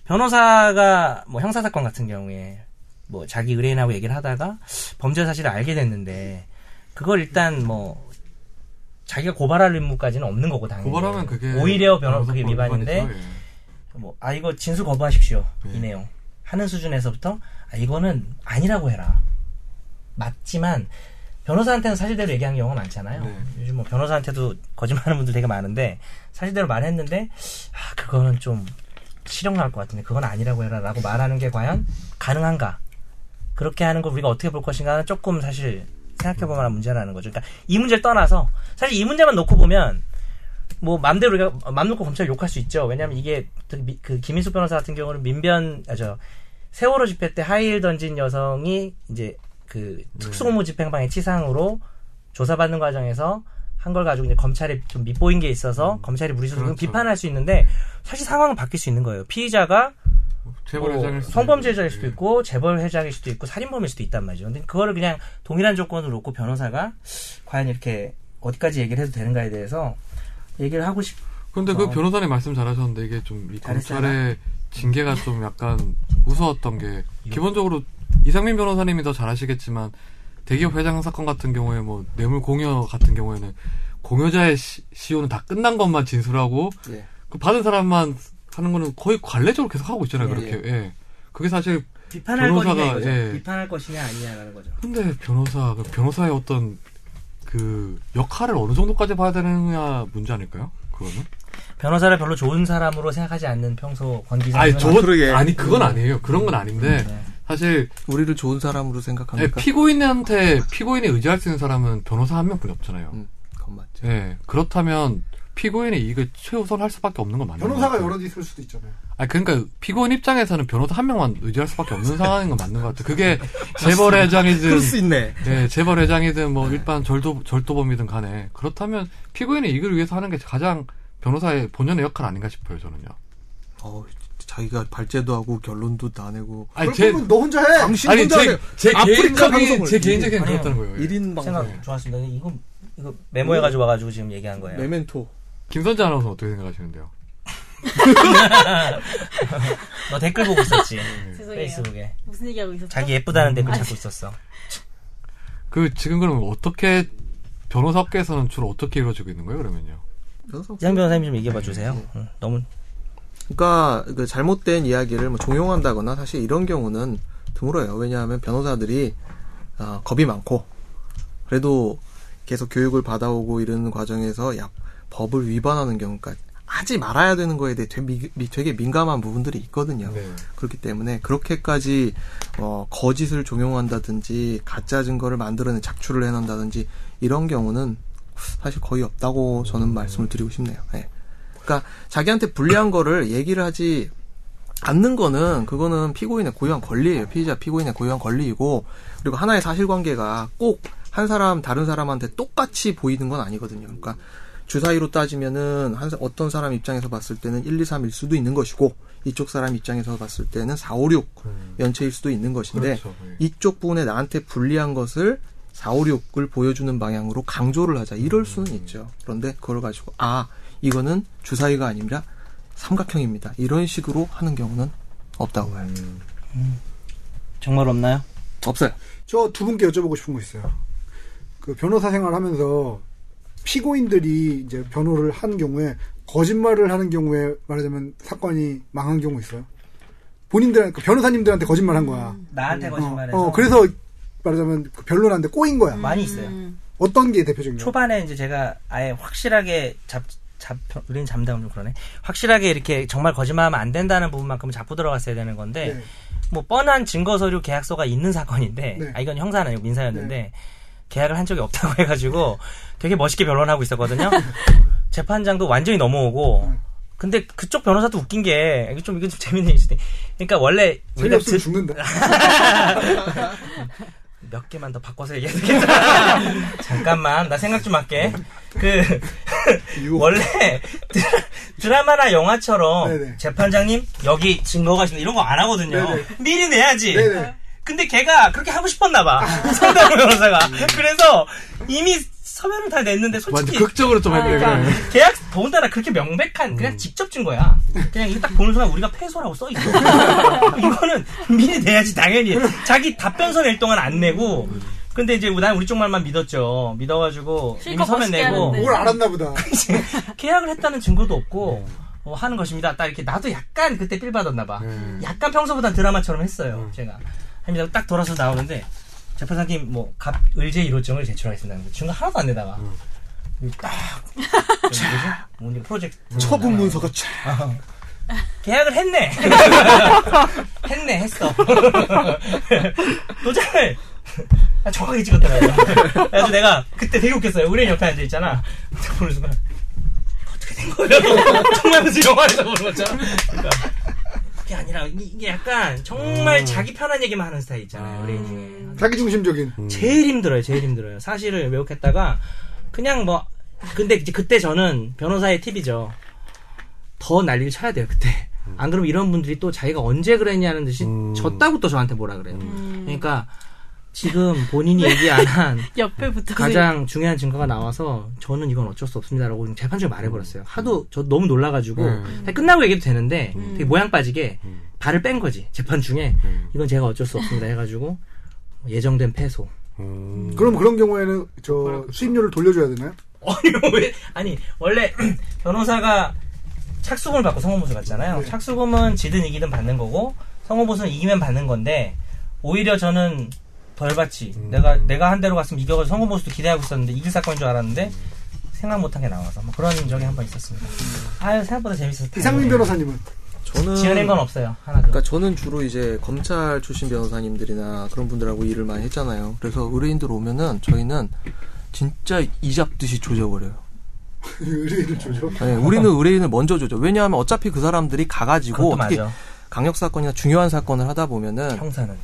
변호사가 뭐 형사 사건 같은 경우에 뭐 자기 의뢰인하고 얘기를 하다가 범죄 사실을 알게 됐는데 그걸 일단 뭐 자기가 고발할 의무까지는 없는 거고 당연히
고발하면 그게
오히려 변호 그게
변호사법
위반인데
위반이죠, 예.
뭐, 아, 이거 진술 거부하십시오.
네.
이 내용. 하는 수준에서부터, 아, 이거는 아니라고 해라. 맞지만, 변호사한테는 사실대로 얘기하는 경우가 많잖아요.
네.
요즘 뭐 변호사한테도 거짓말하는 분들 되게 많은데, 사실대로 말했는데, 아, 그거는 좀 실형 나올 것 같은데, 그건 아니라고 해라. 라고 말하는 게 과연 가능한가? 그렇게 하는 걸 우리가 어떻게 볼 것인가는 조금 사실 생각해볼 만한 문제라는 거죠. 그러니까 이 문제를 떠나서, 사실 이 문제만 놓고 보면, 뭐 맘대로 우리가 맘 놓고 검찰 욕할 수 있죠. 왜냐하면 이게 그 미- 그 김인숙 변호사 같은 경우는 민변 아저 세월호 집회 때 하이힐 던진 여성이 이제 그
네.
특수고무 집행방해 치상으로 조사받는 과정에서 한 걸 가지고 이제 검찰이 좀 밑보인 게 있어서 검찰이 무리수를
그렇죠.
비판할 수 있는데 사실 상황은 바뀔 수 있는 거예요. 피의자가
재벌
뭐
회장일 수도
성범죄자일
있고,
수도
예.
있고 재벌 회장일 수도 있고 살인범일 수도 있단 말이죠. 근데 그거를 그냥 동일한 조건으로 놓고 변호사가 과연 이렇게 어디까지 얘기를 해도 되는가에 대해서 얘기를 하고 싶.
근데 그
어.
변호사님 말씀 잘하셨는데 이게 좀 이
잘했어요.
검찰의 징계가 좀 약간 무서웠던 게 기본적으로 이상민 변호사님이 더 잘하시겠지만 대기업 회장 사건 같은 경우에 뭐 뇌물 공여 같은 경우에는 공여자의 시, 시효는 다 끝난 것만 진술하고
예.
그 받은 사람만 하는 거는 거의 관례적으로 계속 하고 있잖아요
예,
그렇게 예 그게 사실
비판할
변호사가,
것이냐 이거죠.
예.
비판할 것이냐 아니냐라는 거죠.
근데 변호사 그 변호사의 어떤 그 역할을 어느 정도까지 봐야 되느냐 문제 아닐까요 그거는
변호사를 별로 좋은 사람으로 생각하지 않는 평소 권 기자.
아니 저거
그러게.
아니 그건 아니에요 그런 건 아닌데 사실
우리를 좋은 사람으로
예,
생각합니까?
피고인한테 피고인이 의지할 수 있는 사람은 변호사 한 명뿐이 없잖아요.
음, 그건 맞죠.
예, 그렇다면 피고인의 이익을 최우선할 수밖에 없는 건 맞는
변호사가
것 같아요.
여러 짓 할 수도 있잖아요.
아 그러니까 피고인 입장에서는 변호사 한 명만 의지할 수밖에 없는 상황인 건 맞는 것 같아요. 그게 재벌 회장이든
있네.
예, 재벌 회장이든 뭐 일반 절도 절도범이든 간에 그렇다면 피고인의 이익을 위해서 하는 게 가장 변호사의 본연의 역할 아닌가 싶어요 저는요.
어, 자기가 발제도 하고 결론도 다 내고.
아니 제
그러면 너 혼자 해.
당신
아니
혼자 하네.
제제
아프리카
개인적인
방송을.
제 개인적인
아니요.
그렇다는 거예요. 예.
1인
생각
방송.
좋았습니다. 근데 이거 이거 메모해 가지고 와가지고 지금 얘기한
네.
거예요.
메멘토.
김선재 아나운서 어떻게 생각하시는데요?
너 댓글 보고 있었지.
죄송해요.
페이스북에
무슨 얘기하고 있었죠?
자기 예쁘다는 댓글 찾고 있었어.
그 지금 그럼 어떻게 변호사업계에서는 주로 어떻게 이루어지고 있는 거예요 그러면요?
변호사
이장 변호사님 좀 얘기해 봐 주세요.
네.
응, 너무
그러니까 그 잘못된 이야기를 뭐 종용한다거나 사실 이런 경우는 드물어요. 왜냐하면 변호사들이 아, 겁이 많고 그래도 계속 교육을 받아오고 이러는 과정에서 야, 법을 위반하는 경우까지 하지 말아야 되는 거에 대해 되게, 미- 미- 되게 민감한 부분들이 있거든요.
네.
그렇기 때문에 그렇게까지 어, 거짓을 종용한다든지 가짜 증거를 만들어내 작출을 해낸다든지 이런 경우는 사실 거의 없다고 저는 말씀을 드리고 싶네요. 예. 그러니까 자기한테 불리한 거를 얘기를 하지 않는 거는 그거는 피고인의 고유한 권리예요. 피의자 피고인의 고유한 권리이고 그리고 하나의 사실관계가 꼭 한 사람 다른 사람한테 똑같이 보이는 건 아니거든요. 그러니까 주사위로 따지면은 한 사- 어떤 사람 입장에서 봤을 때는 1, 2, 3일 수도 있는 것이고 이쪽 사람 입장에서 봤을 때는 4, 5, 6
음.
연체일 수도 있는 것인데
그렇죠. 예.
이쪽 부분에 나한테 불리한 것을 4, 5, 6을 보여주는 방향으로 강조를 하자. 이럴 수는 있죠. 그런데 그걸 가지고, 아, 이거는 주사위가 아니라 삼각형입니다. 이런 식으로 하는 경우는 없다고 봐요.
음.
정말 없나요?
없어요.
저 두 분께 여쭤보고 싶은 거 있어요. 그 변호사 생활하면서 피고인들이 이제 변호를 한 경우에 거짓말을 하는 경우에 말하자면 사건이 망한 경우 있어요. 본인들한테 그 변호사님들한테 거짓말한 거야.
음, 나한테 거짓말해서
어, 어, 그래서 말하자면 그 변론한데 꼬인 거야.
음.
많이 있어요.
어떤 게 대표적인 거야?
음. 초반에 이제 제가 아예 확실하게 잡, 잡, 우리는 잠담은 좀 그러네. 확실하게 이렇게 정말 거짓말하면 안 된다는 부분만큼 잡고 들어갔어야 되는 건데,
네.
뭐 뻔한 증거서류 계약서가 있는 사건인데,
네.
아, 이건 형사는 아니고 민사였는데, 계약을 한 적이 없다고 해가지고
네.
되게 멋있게 변론하고 있었거든요. 재판장도 완전히 넘어오고,
음.
근데 그쪽 변호사도 웃긴 게, 이게 좀, 이게 좀 재밌는 일인데, 그러니까 원래,
재미없으면
드-
죽는다.
몇 개만 더 바꿔서 얘기해야겠다. 잠깐만, 나 생각 좀 할게. 그, 원래 드라, 마나 영화처럼
네네.
재판장님, 여기 증거가 있습니다. 이런 거 안 하거든요.
네네.
미리 내야지.
네네.
근데 걔가 그렇게 하고 싶었나 봐. 상담 변호사가. 그래서 이미 서면을 다 냈는데
완전
솔직히
뭐 극적으로 좀 했네.
그러니까.
그래.
계약 더군다나 그렇게 명백한 그냥 직접 준 거야. 그냥 이거 딱 보는 순간 우리가 패소라고 써 있어. 이거는 미리 내야지 당연히 자기 답변서 낼 동안 안 내고. 근데 이제 난 우리 쪽 말만 믿었죠. 믿어가지고 이미
실컷
서면
멋있게
내고
하는데.
뭘 알았나 보다.
계약을 했다는 증거도 없고
네.
어, 하는 것입니다. 딱 이렇게 나도 약간 그때 필 받았나 봐.
네.
음.
약간 평소보다 드라마처럼 했어요.
음.
제가 합니다. 딱 돌아서 나오는데 재판사님 뭐갑 을제 1호증을 제출하겠습니다. 증거 하나도 안 내다가
음.
딱 저기 뭐지? 뭔지 프로젝트 네.
처분 문서가 촥.
계약을 했네. 했네, 했어. 도장을 아, 정확하게 찍었더라고요. 그래서 내가 그때 되게 웃겼어요. 우리 옆에 앉아 있잖아. 딱 보는 순간 어떻게 된 거야? 정말면서 영화에서 보는 거잖아. 그러니까 그게 아니라 이- 이게 약간 정말 자기 편한 얘기만 하는 스타일 있잖아요. 연예인 중에.
자기중심적인.
제일 힘들어요. 제일 힘들어요. 사실을 왜곡했다가 그냥 뭐 근데 이제 그때 저는 변호사의 팁이죠. 더 난리를 쳐야 돼요. 그때. 안 그러면 이런 분들이 또 자기가 언제 그랬냐는 듯이
음.
졌다고 또 저한테 뭐라 그래요.
음.
그러니까 지금 본인이 얘기 안 한
옆에 붙어서
가장 중요한 증거가 나와서 저는 이건 어쩔 수 없습니다라고 재판적으로 말해버렸어요. 하도 저 너무 놀라가지고
음.
사실 끝나고 얘기도 되는데
음.
되게 모양 빠지게
음.
발을 뺀 거지 재판 중에
음.
이건 제가 어쩔 수 없습니다 해가지고 예정된 패소.
음.
그럼 그런 경우에는 저 수임료를 돌려줘야 되나요?
아니 어, 왜 아니 원래 변호사가 착수금을 받고 성호보수 받잖아요. 착수금은 지든 이기든 받는 거고 성호보수는 이기면 받는 건데 오히려 저는 덜 받지.
음.
내가 내가 한 대로 갔으면 이겨서 성호보수도 기대하고 있었는데 이길 사건인 줄 알았는데 생각 못한 게 나와서 뭐 그런 적이 한 번 있었습니다. 아유 생각보다 재밌었어요.
이상민 변호사님은
저는
지어낸 건 없어요 하나도.
그러니까 저는 주로 이제 검찰 출신 변호사님들이나 그런 분들하고 일을 많이 했잖아요. 그래서 의뢰인들 오면은 저희는 진짜 이잡듯이 조져버려요.
그 의뢰를 주죠.
네, 우리는 의뢰인을 먼저 조져. 왜냐하면 어차피 그 사람들이 가가지고
그것도
특히
맞아.
강력 사건이나 중요한 사건을 하다 보면은
형사는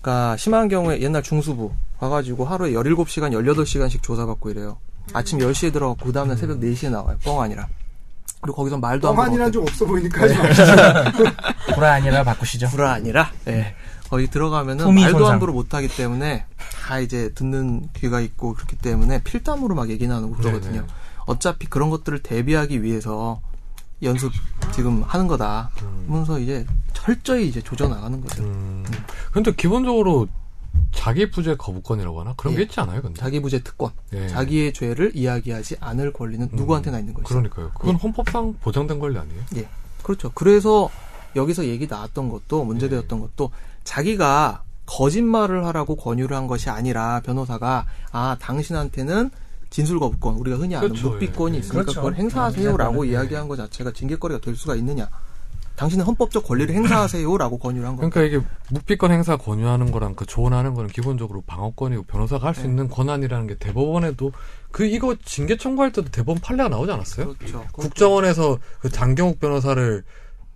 그러니까 심한 경우에 옛날 중수부 가가지고 하루에 17시간, 18시간씩 조사받고 이래요. 아침 10시에 들어가고 그 다음날 새벽 4시에 나와요. 뻥 아니라. 그리고 거기서 말도 안
뻥한이란
하고
좀 없어 보이니까 하지 마시죠.
보라 아니라 바꾸시죠.
불화 아니라 예. 거기 들어가면은
소미
말도
손상.
함부로 못하기 때문에 다 이제 듣는 귀가 있고 그렇기 때문에 필담으로 막 얘기 나누고 그러거든요.
네네.
어차피 그런 것들을 대비하기 위해서 연습 지금 하는 거다.
음.
하면서 이제 철저히 이제 조져 나가는 거죠.
음. 근데 기본적으로 자기 부재 거부권이라고 하나? 그런
예.
게 있지 않아요, 근데?
자기 부재 특권,
예.
자기의 죄를 이야기하지 않을 권리는 누구한테나 있는 거죠.
음. 그러니까요. 예. 그건 헌법상 보장된 권리 아니에요?
예. 그렇죠. 그래서 여기서 얘기 나왔던 것도
네.
문제되었던 것도 자기가 거짓말을 하라고 권유를 한 것이 아니라 변호사가 아 당신한테는 진술 거부권 우리가 흔히 아는
그렇죠. 네.
묵비권이
예.
있으니까
그렇죠.
그걸 행사하세요라고
예.
이야기한 것 자체가 징계거리가 될 수가 있느냐 당신은 헌법적 권리를 행사하세요라고 권유를 한 겁니다.
그러니까 이게 묵비권 행사 권유하는 거랑 그 조언하는 거는 기본적으로 방어권이고 변호사가 할 수 있는 권한이라는 게 대법원에도 그 이거 징계 청구할 때도 대법원 판례가 나오지 않았어요?
그렇죠.
국정원에서 그 장경욱 변호사를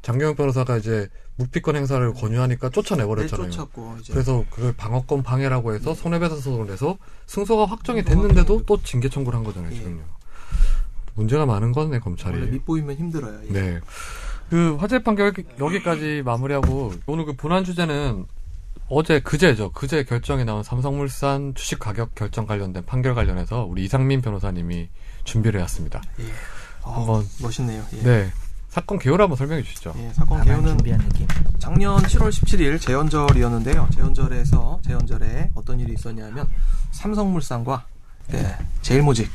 장경욱 변호사가 이제 묵비권 행사를 권유하니까 네, 쫓아내버렸잖아요.
내쫓았고 이제
그래서 그걸 방어권 방해라고 해서 손해배상소송을 내서 예. 승소가 확정이 됐는데도 또 징계 청구를 한 거잖아요.
예.
지금요. 문제가 많은 거네
원래
검찰이.
밑보이면 힘들어요. 이게.
네. 그 화재 판결 여기까지 마무리하고 오늘 그 본안 주제는 어제 그제죠. 그제 결정이 나온 삼성물산 주식 가격 결정 관련된 판결 관련해서 우리 이상민 변호사님이 준비를 해왔습니다.
어,
한번.
멋있네요. 예.
네. 사건 개요를 한번 설명해 주시죠.
예, 사건
나만
개요는
준비한 느낌.
작년 7월 17일 재연절이었는데요. 재연절에서 재연절에 어떤 일이 있었냐면 삼성물산과 네, 제일모직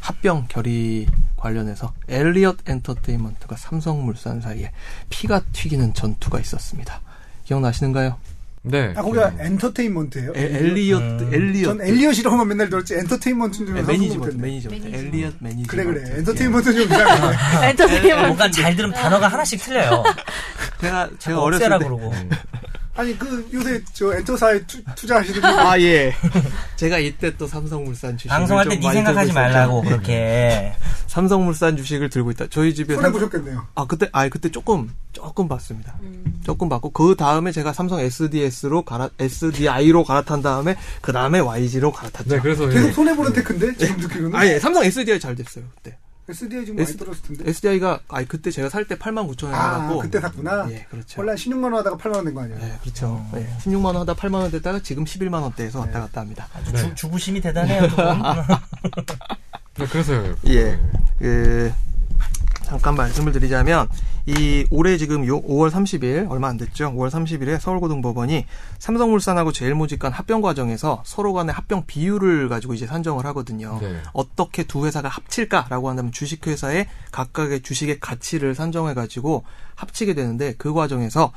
합병 결의 관련해서 엘리엇 엔터테인먼트가 삼성물산 사이에 피가 튀기는 전투가 있었습니다. 기억나시는가요?
네.
아, 거기가 엔터테인먼트예요
에- 엘리엇
음.
엘리엇
전 엘리엇이라고만 맨날 들었지 엔터테인먼트인 줄은 상상
매니지먼트
못했네.
매니지먼트
매니지먼트.
엘리엇 매니지먼트
그래 그래 엔터테인먼트 좀 이상해.
엔터테인먼트.
뭔가 잘 들으면 단어가 하나씩 틀려요.
예. 제가 제가 어렸을 때
억세라 그러고.
아니 그 요새 저 엔터사에 투, 투자하시는 분
아 예. 제가 이때 또 삼성물산 주식을
방송할
좀
때 네
많이
생각하지
들고 있었죠.
말라고 그렇게
삼성물산 주식을 들고 있다. 저희 집에
손해
삼-
보셨겠네요.
아 그때 아 그때 조금 조금 봤습니다.
음.
조금 봤고 그 다음에 제가 삼성 SDS로 갈아 SDI로 갈아탄 다음에 그 다음에 YG로 갈아탔죠.
네, 그래서
계속
예.
손해 보는 테크인데 지금 느끼로는
아예 삼성 SDI 잘 됐어요 그때.
SDA 지금 많이
S-
떨어졌을 텐데.
SDI가 아 그때 제가 살 때 8만 9천 원에
아,
사갖고
그때 샀구나.
예 그렇죠.
원래 한 16만 원 하다가 8만 원 된 거 아니에요?
네, 그렇죠.
어.
예, 16만 원 하다 8만 원 됐다가 지금 11만 원대에서
네.
왔다 갔다 합니다.
주, 주부심이 대단해요. 조금.
네, 그래서요.
예. 그 잠깐 말씀을 드리자면 이 올해 지금 요 5월 30일 얼마 안 됐죠? 5월 30일에 서울고등법원이 삼성물산하고 제일모직간 합병 과정에서 서로 간의 합병 비율을 가지고 이제 산정을 하거든요.
네.
어떻게 두 회사가 합칠까라고 한다면 주식회사의 각각의 주식의 가치를 산정해 가지고 합치게 되는데 그 과정에서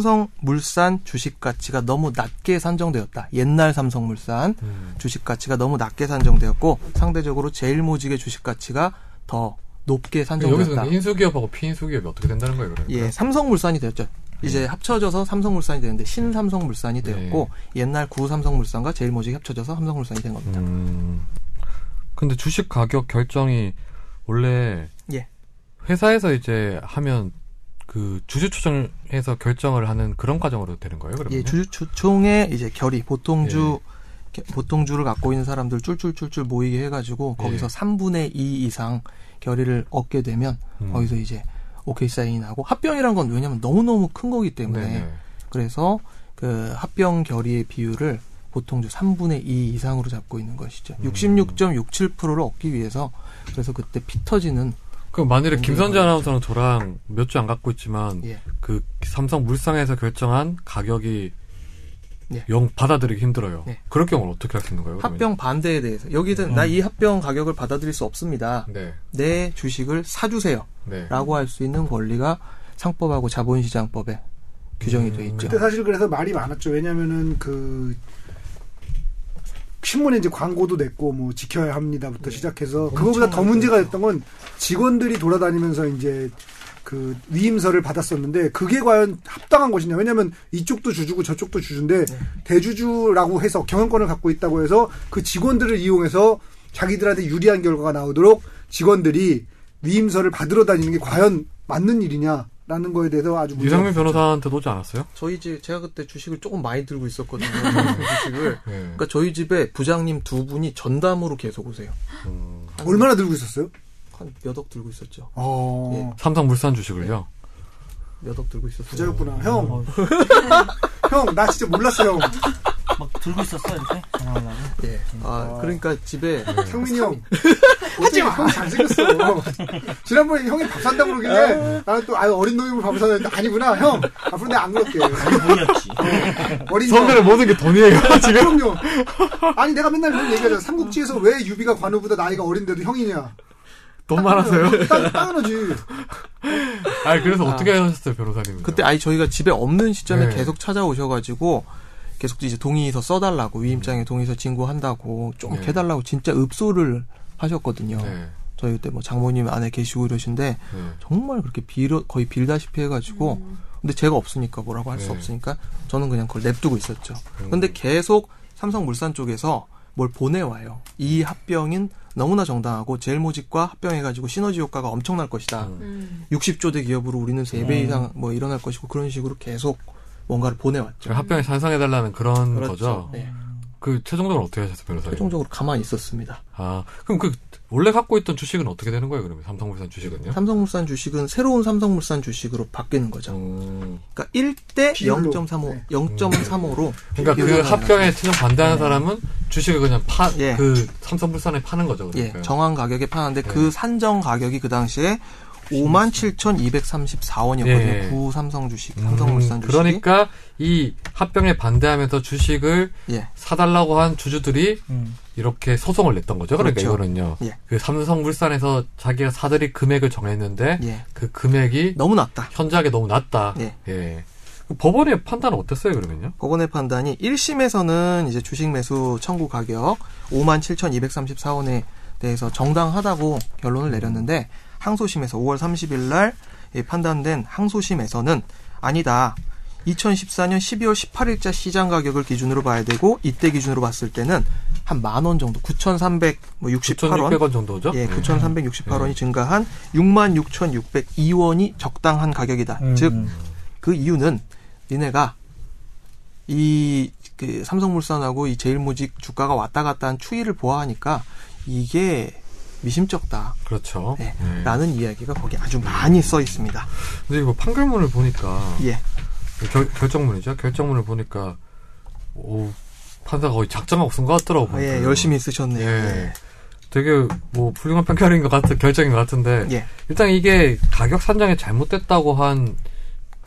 삼성물산 주식 가치가 너무 낮게 산정되었다. 옛날 삼성물산
음.
주식 가치가 너무 낮게 산정되었고 상대적으로 제일모직의 주식 가치가 더 높게
아, 여기서
산정되었다.
근데 인수기업하고 피인수기업이 네. 어떻게 된다는 거예요, 그러면?
예, 삼성물산이 되었죠. 이제 합쳐져서 삼성물산이 되는데 신삼성물산이
네.
되었고 옛날 구삼성물산과 제일모직이 합쳐져서 삼성물산이 된 겁니다.
음. 근데 주식 가격 결정이 원래
예.
회사에서 이제 하면 그 주주 추정해서 결정을 하는 그런 과정으로 되는 거예요, 음, 그러면? 네.
예, 주주총회 이제 결의 보통주 게- 보통주를 갖고 있는 사람들 쫄쫄쫄쫄 모이게 해가지고 거기서
예.
3분의 2 이상 결의를 얻게 되면
음.
거기서 이제 오케이 사인하고 합병이란 건 왜냐면 너무 너무 큰 거기 때문에
네네.
그래서 그 합병 결의의 비율을 보통주 3분의 2 이상으로 잡고 있는 것이죠.
음.
66.67%를 얻기 위해서 그래서 그때 피 터지는
그럼 만일에
음,
김선재
음.
아나운서랑 저랑 몇 주 안 갖고 있지만
음.
예.
그 삼성 물상에서 결정한 가격이
예.
영 받아들이기 힘들어요.
예.
그럴 경우는 어떻게 할 수 있는 거예요? 그러면?
합병 반대에 대해서 여기는
음.
나 이 합병 가격을 받아들일 수 없습니다.
네.
내 주식을 사주세요.
네.
라고 할 수 있는 권리가 상법하고 자본시장법에 규정이 돼
그러니까.
있죠.
음. 그때 사실 그래서 말이 많았죠. 왜냐면은 그 신문에 이제 광고도 냈고 뭐 지켜야 합니다부터
네.
시작해서 그거보다 더 문제가 됐던 건 직원들이 돌아다니면서 이제 그 위임서를 받았었는데 그게 과연 합당한 것이냐 왜냐하면 이쪽도 주주고 저쪽도 주주인데
네.
대주주라고 해서 경영권을 갖고 있다고 해서 그 직원들을 이용해서 자기들한테 유리한 결과가 나오도록 직원들이 위임서를 받으러 다니는 게 과연 맞는 일이냐라는 거에 대해서 아주 문제가
이상민 변호사한테도 오지 않았어요?
저희 집 제가 그때 주식을 조금 많이 들고 있었거든요. 주식을.
네.
그러니까 저희 집에 부장님 두 분이 전담으로 계속 오세요.
음,
얼마나 들고 있었어요?
한 몇 억 들고 있었죠.
어.
예.
삼성 물산 주식을요.
몇 억 들고 있었어요.
부자였구나.
음.
형. 형, 나 진짜 몰랐어, 형.
막 들고 있었어 이렇게.
예. 아, 그러니까 집에
상민이 형. 하지 마. 형 잘생겼어. 지난번에 형이 밥 산다고 그러길래 나는 또 아유, 어린 놈이면 밥을 사야 되는데 아니구나, 형. 앞으로 내가 안 그럴게.
보였지.
어린 형. 네,
선배는 모든 게 돈이에요, 지금?
그럼요. 아니, 내가 맨날 그런 얘기하잖아. 삼국지에서 왜 유비가 관우보다 나이가 어린데도 형이냐.
돈 많아서요?
딱, 당연하지.
아 그래서 어떻게 하셨어요, 변호사님?
그때 아니 저희가 집에 없는 시점에
네.
계속 찾아오셔가지고 계속 이제 동의서 써달라고 위임장에 동의서 진구한다고 좀
음. 네.
해달라고 진짜 읍소를 하셨거든요.
네.
저희 그때 뭐 장모님 안에 계시고 이러신데
네.
정말 그렇게 빌어 거의 빌다시피 해가지고 근데 제가 없으니까 뭐라고 할 수
네. 음.
없으니까 저는 그냥 그걸 냅두고 있었죠. 근데 계속 삼성물산 쪽에서 뭘 보내와요. 이 합병인 너무나 정당하고 제일모직과 합병해가지고 시너지 효과가 엄청날 것이다.
음.
음.
60조대 기업으로 우리는 3배 이상 뭐 일어날 것이고 그런 식으로 계속 뭔가를 보내왔죠.
제가 합병에 찬성해달라는 그런 거죠?
네.
그 최종적으로 어떻게 하셨어요, 변호사님?
최종적으로 가만히 있었습니다.
아 그럼 그 원래 갖고 있던 주식은 어떻게 되는 거예요, 그러면 삼성물산 주식은요?
삼성물산 주식은 새로운 삼성물산 주식으로 바뀌는 거죠.
음.
그러니까 1대
비율로.
0.35,
네.
0.35로
그러니까 그 합병에 최종 반대하는 사람은 주식을 그냥 파,
네. 예.
그 삼성물산에 파는 거죠.
예,
그러니까.
정한 가격에 파는데
네.
그 산정 가격이 그 당시에 57,234원이었거든요.
예.
구 삼성 주식,
음,
삼성물산 주식.
그러니까 이 합병에 반대하면서 주식을
예.
사달라고 한 주주들이
음.
이렇게 소송을 냈던 거죠. 그러니까
그렇죠.
이거는요.
예.
그 삼성물산에서 자기가 사들이 금액을 정했는데
예.
그 금액이
너무 낮다.
현저하게 너무 낮다.
예.
예. 그 법원의 판단은 어땠어요, 그러면요?
법원의 판단이 1심에서는 이제 주식 매수 청구 가격 57,234원에 대해서 정당하다고 결론을 내렸는데 항소심에서 5월 30일 날 예, 판단된 항소심에서는 아니다. 2014년 12월 18일자 시장 가격을 기준으로 봐야 되고 이때 기준으로 봤을 때는 한 만 원 정도 9,368원
9,600원 정도죠?
예, 9,368원이
네.
증가한 66,602원이 적당한 가격이다.
음,
즉
음.
그 이유는 니네가 이 그, 삼성물산하고 이 제일모직 주가가 왔다 갔다 한 추이를 보아하니까 이게 미심쩍다.
그렇죠.
네.
네.
라는 이야기가 거기 아주 많이 써 있습니다.
근데 이거 판결문을 보니까
예.
결, 결정문이죠. 결정문을 보니까 오, 판사가 거의 작정하고 쓴 것 같더라고.
아,
보니까.
예, 열심히 쓰셨네요.
예. 되게 뭐 훌륭한 판결인 것 같은 결정인 것 같은데
예.
일단 이게 가격 산정이 잘못됐다고 한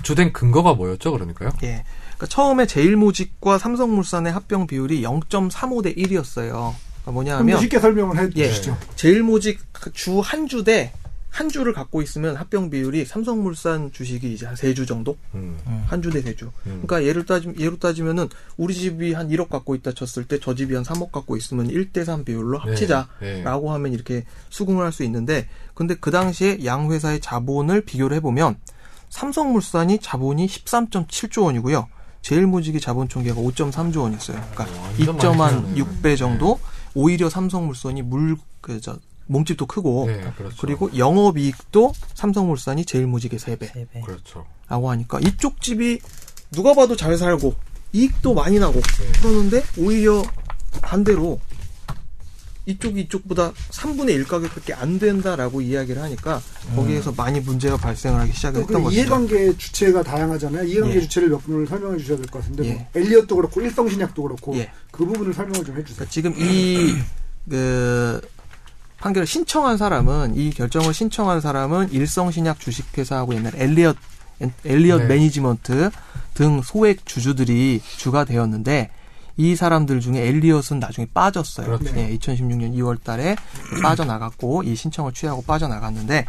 주된 근거가 뭐였죠? 그러니까요.
예. 그러니까 처음에 제일모직과 삼성물산의 합병 비율이 0.35 대 1이었어요. 그러니까 뭐냐
좀
하면
쉽게 설명을 해
예.
주시죠.
제일모직 주 한 주대 한 주를 갖고 있으면 합병 비율이 삼성물산 주식이 이제 한 세 주 정도
음.
한 주대 세 주.
음.
그러니까 예를 따지 예로 따지면은 우리 집이 한 1억 갖고 있다 쳤을 때 저 집이 한 3억 갖고 있으면 1대 3 비율로
네,
합치자라고
네.
하면 이렇게 수긍을 할 수 있는데 근데 그 당시에 양 회사의 자본을 비교를 해 보면 삼성물산이 자본이 13.7조 원이고요. 제일모직이 자본 총계가 5.3조 원이었어요.
어,
그러니까
완전 많이 네.
2.6배 정도. 오히려 삼성물산이 물그저 몸집도 크고
네, 그렇죠.
뭐, 그리고 영업이익도 삼성물산이 제일모직의 3배.
세 배.
그렇죠.
라고 하니까 이쪽 집이 누가 봐도 잘 살고 이익도 많이 나고 그러는데 오히려 반대로 이쪽이 이쪽보다 3분의 1 가격밖에 안 된다라고 이야기를 하니까 거기에서 많이 문제가 발생을 하기 시작을 했던
음. 그
거죠.
이해관계 주체가 다양하잖아요. 이해관계
예.
주체를 몇 분을 설명해 주셔야 될 것 같은데 뭐 엘리엇도 그렇고 일성신약도 그렇고
예.
그 부분을 설명을 좀 해주세요.
그러니까 지금 이, 그, 판결을 신청한 사람은, 이 결정을 신청한 사람은 일성신약 주식회사하고 옛날 엘리엇, 엔- 엘리엇
네.
매니지먼트 등 소액 주주들이 주가 되었는데, 이 사람들 중에 엘리엇은 나중에 빠졌어요.
그렇죠.
예, 2016년 2월 달에 빠져나갔고, 이 신청을 취하고 빠져나갔는데,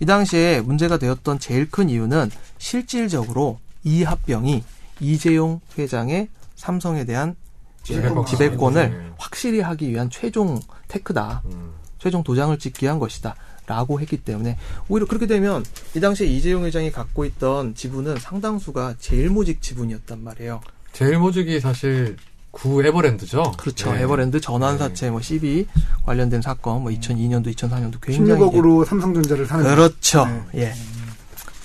이 당시에 문제가 되었던 제일 큰 이유는 실질적으로 이 합병이 이재용 회장의 삼성에 대한
지배권.
지배권을
네.
확실히 하기 위한 최종 테크다.
음.
최종 도장을 찍기 위한 것이다. 라고 했기 때문에 오히려 그렇게 되면 이 당시에 이재용 회장이 갖고 있던 지분은 상당수가 제일모직 지분이었단 말이에요.
제일 모직이 사실 구 에버랜드죠.
그렇죠.
네.
에버랜드 전환사채 뭐 CB 관련된 사건 뭐 2002년도 2004년도 그러니까 굉장히
16억으로 삼성전자를 사는
그렇죠.
네.
예.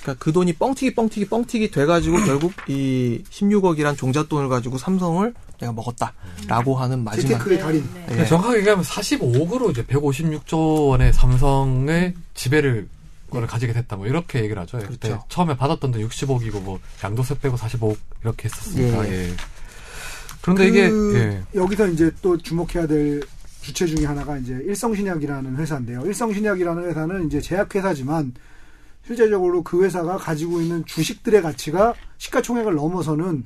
그러니까 그 돈이 뻥튀기 뻥튀기 뻥튀기 돼가지고 결국 이 16억이란 종잣돈을 가지고 삼성을 내가 먹었다라고 하는 마지막
그 티테크의 달인.
네.
근데
예.
정확하게 얘기하면 45억으로 이제 156조 원의 삼성의 지배를 거를 가지게 됐다 뭐 이렇게 얘기를 하죠. 그때
그렇죠.
처음에 받았던 돈 60억이고 뭐 양도세 빼고 45억 이렇게 했었으니까.
예.
예. 그런데
그
이게 예.
여기서 이제 또 주목해야 될 주체 중에 하나가 이제 일성신약이라는 회사인데요. 일성신약이라는 회사는 이제 제약회사지만 실제적으로 그 회사가 가지고 있는 주식들의 가치가 시가총액을 넘어서는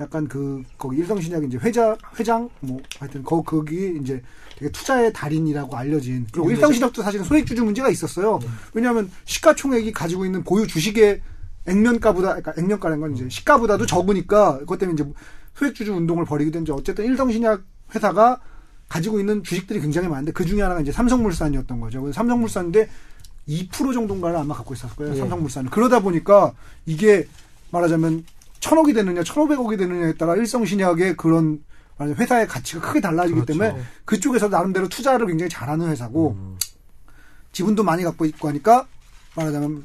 약간 그 거기 일성신약이 이제 회장 회장 뭐 하여튼 거 거기 이제 되게 투자의 달인이라고 알려진 그리고 일성신약도 사실은 네. 소액주주 문제가 있었어요. 왜냐하면 시가총액이 가지고 있는 보유 주식의 액면가보다 그러니까 액면가라는 건 이제 시가보다도 적으니까 그것 때문에 이제 소액주주 운동을 벌이기도 했는데 어쨌든 일성신약 회사가 가지고 있는 주식들이 굉장히 많은데 그 중에 하나가 이제 삼성물산이었던 거죠. 그래서 삼성물산인데 2% 정도인가를 아마 갖고 있었을 거예요.
예.
삼성물산은. 그러다 보니까 이게 말하자면 천억이 되느냐, 천오백억이 되느냐에 따라 일성신약의 그런 말하자면 회사의 가치가 크게 달라지기
그렇죠.
때문에 그쪽에서 나름대로 투자를 굉장히 잘하는 회사고
음.
지분도 많이 갖고 있고 하니까 말하자면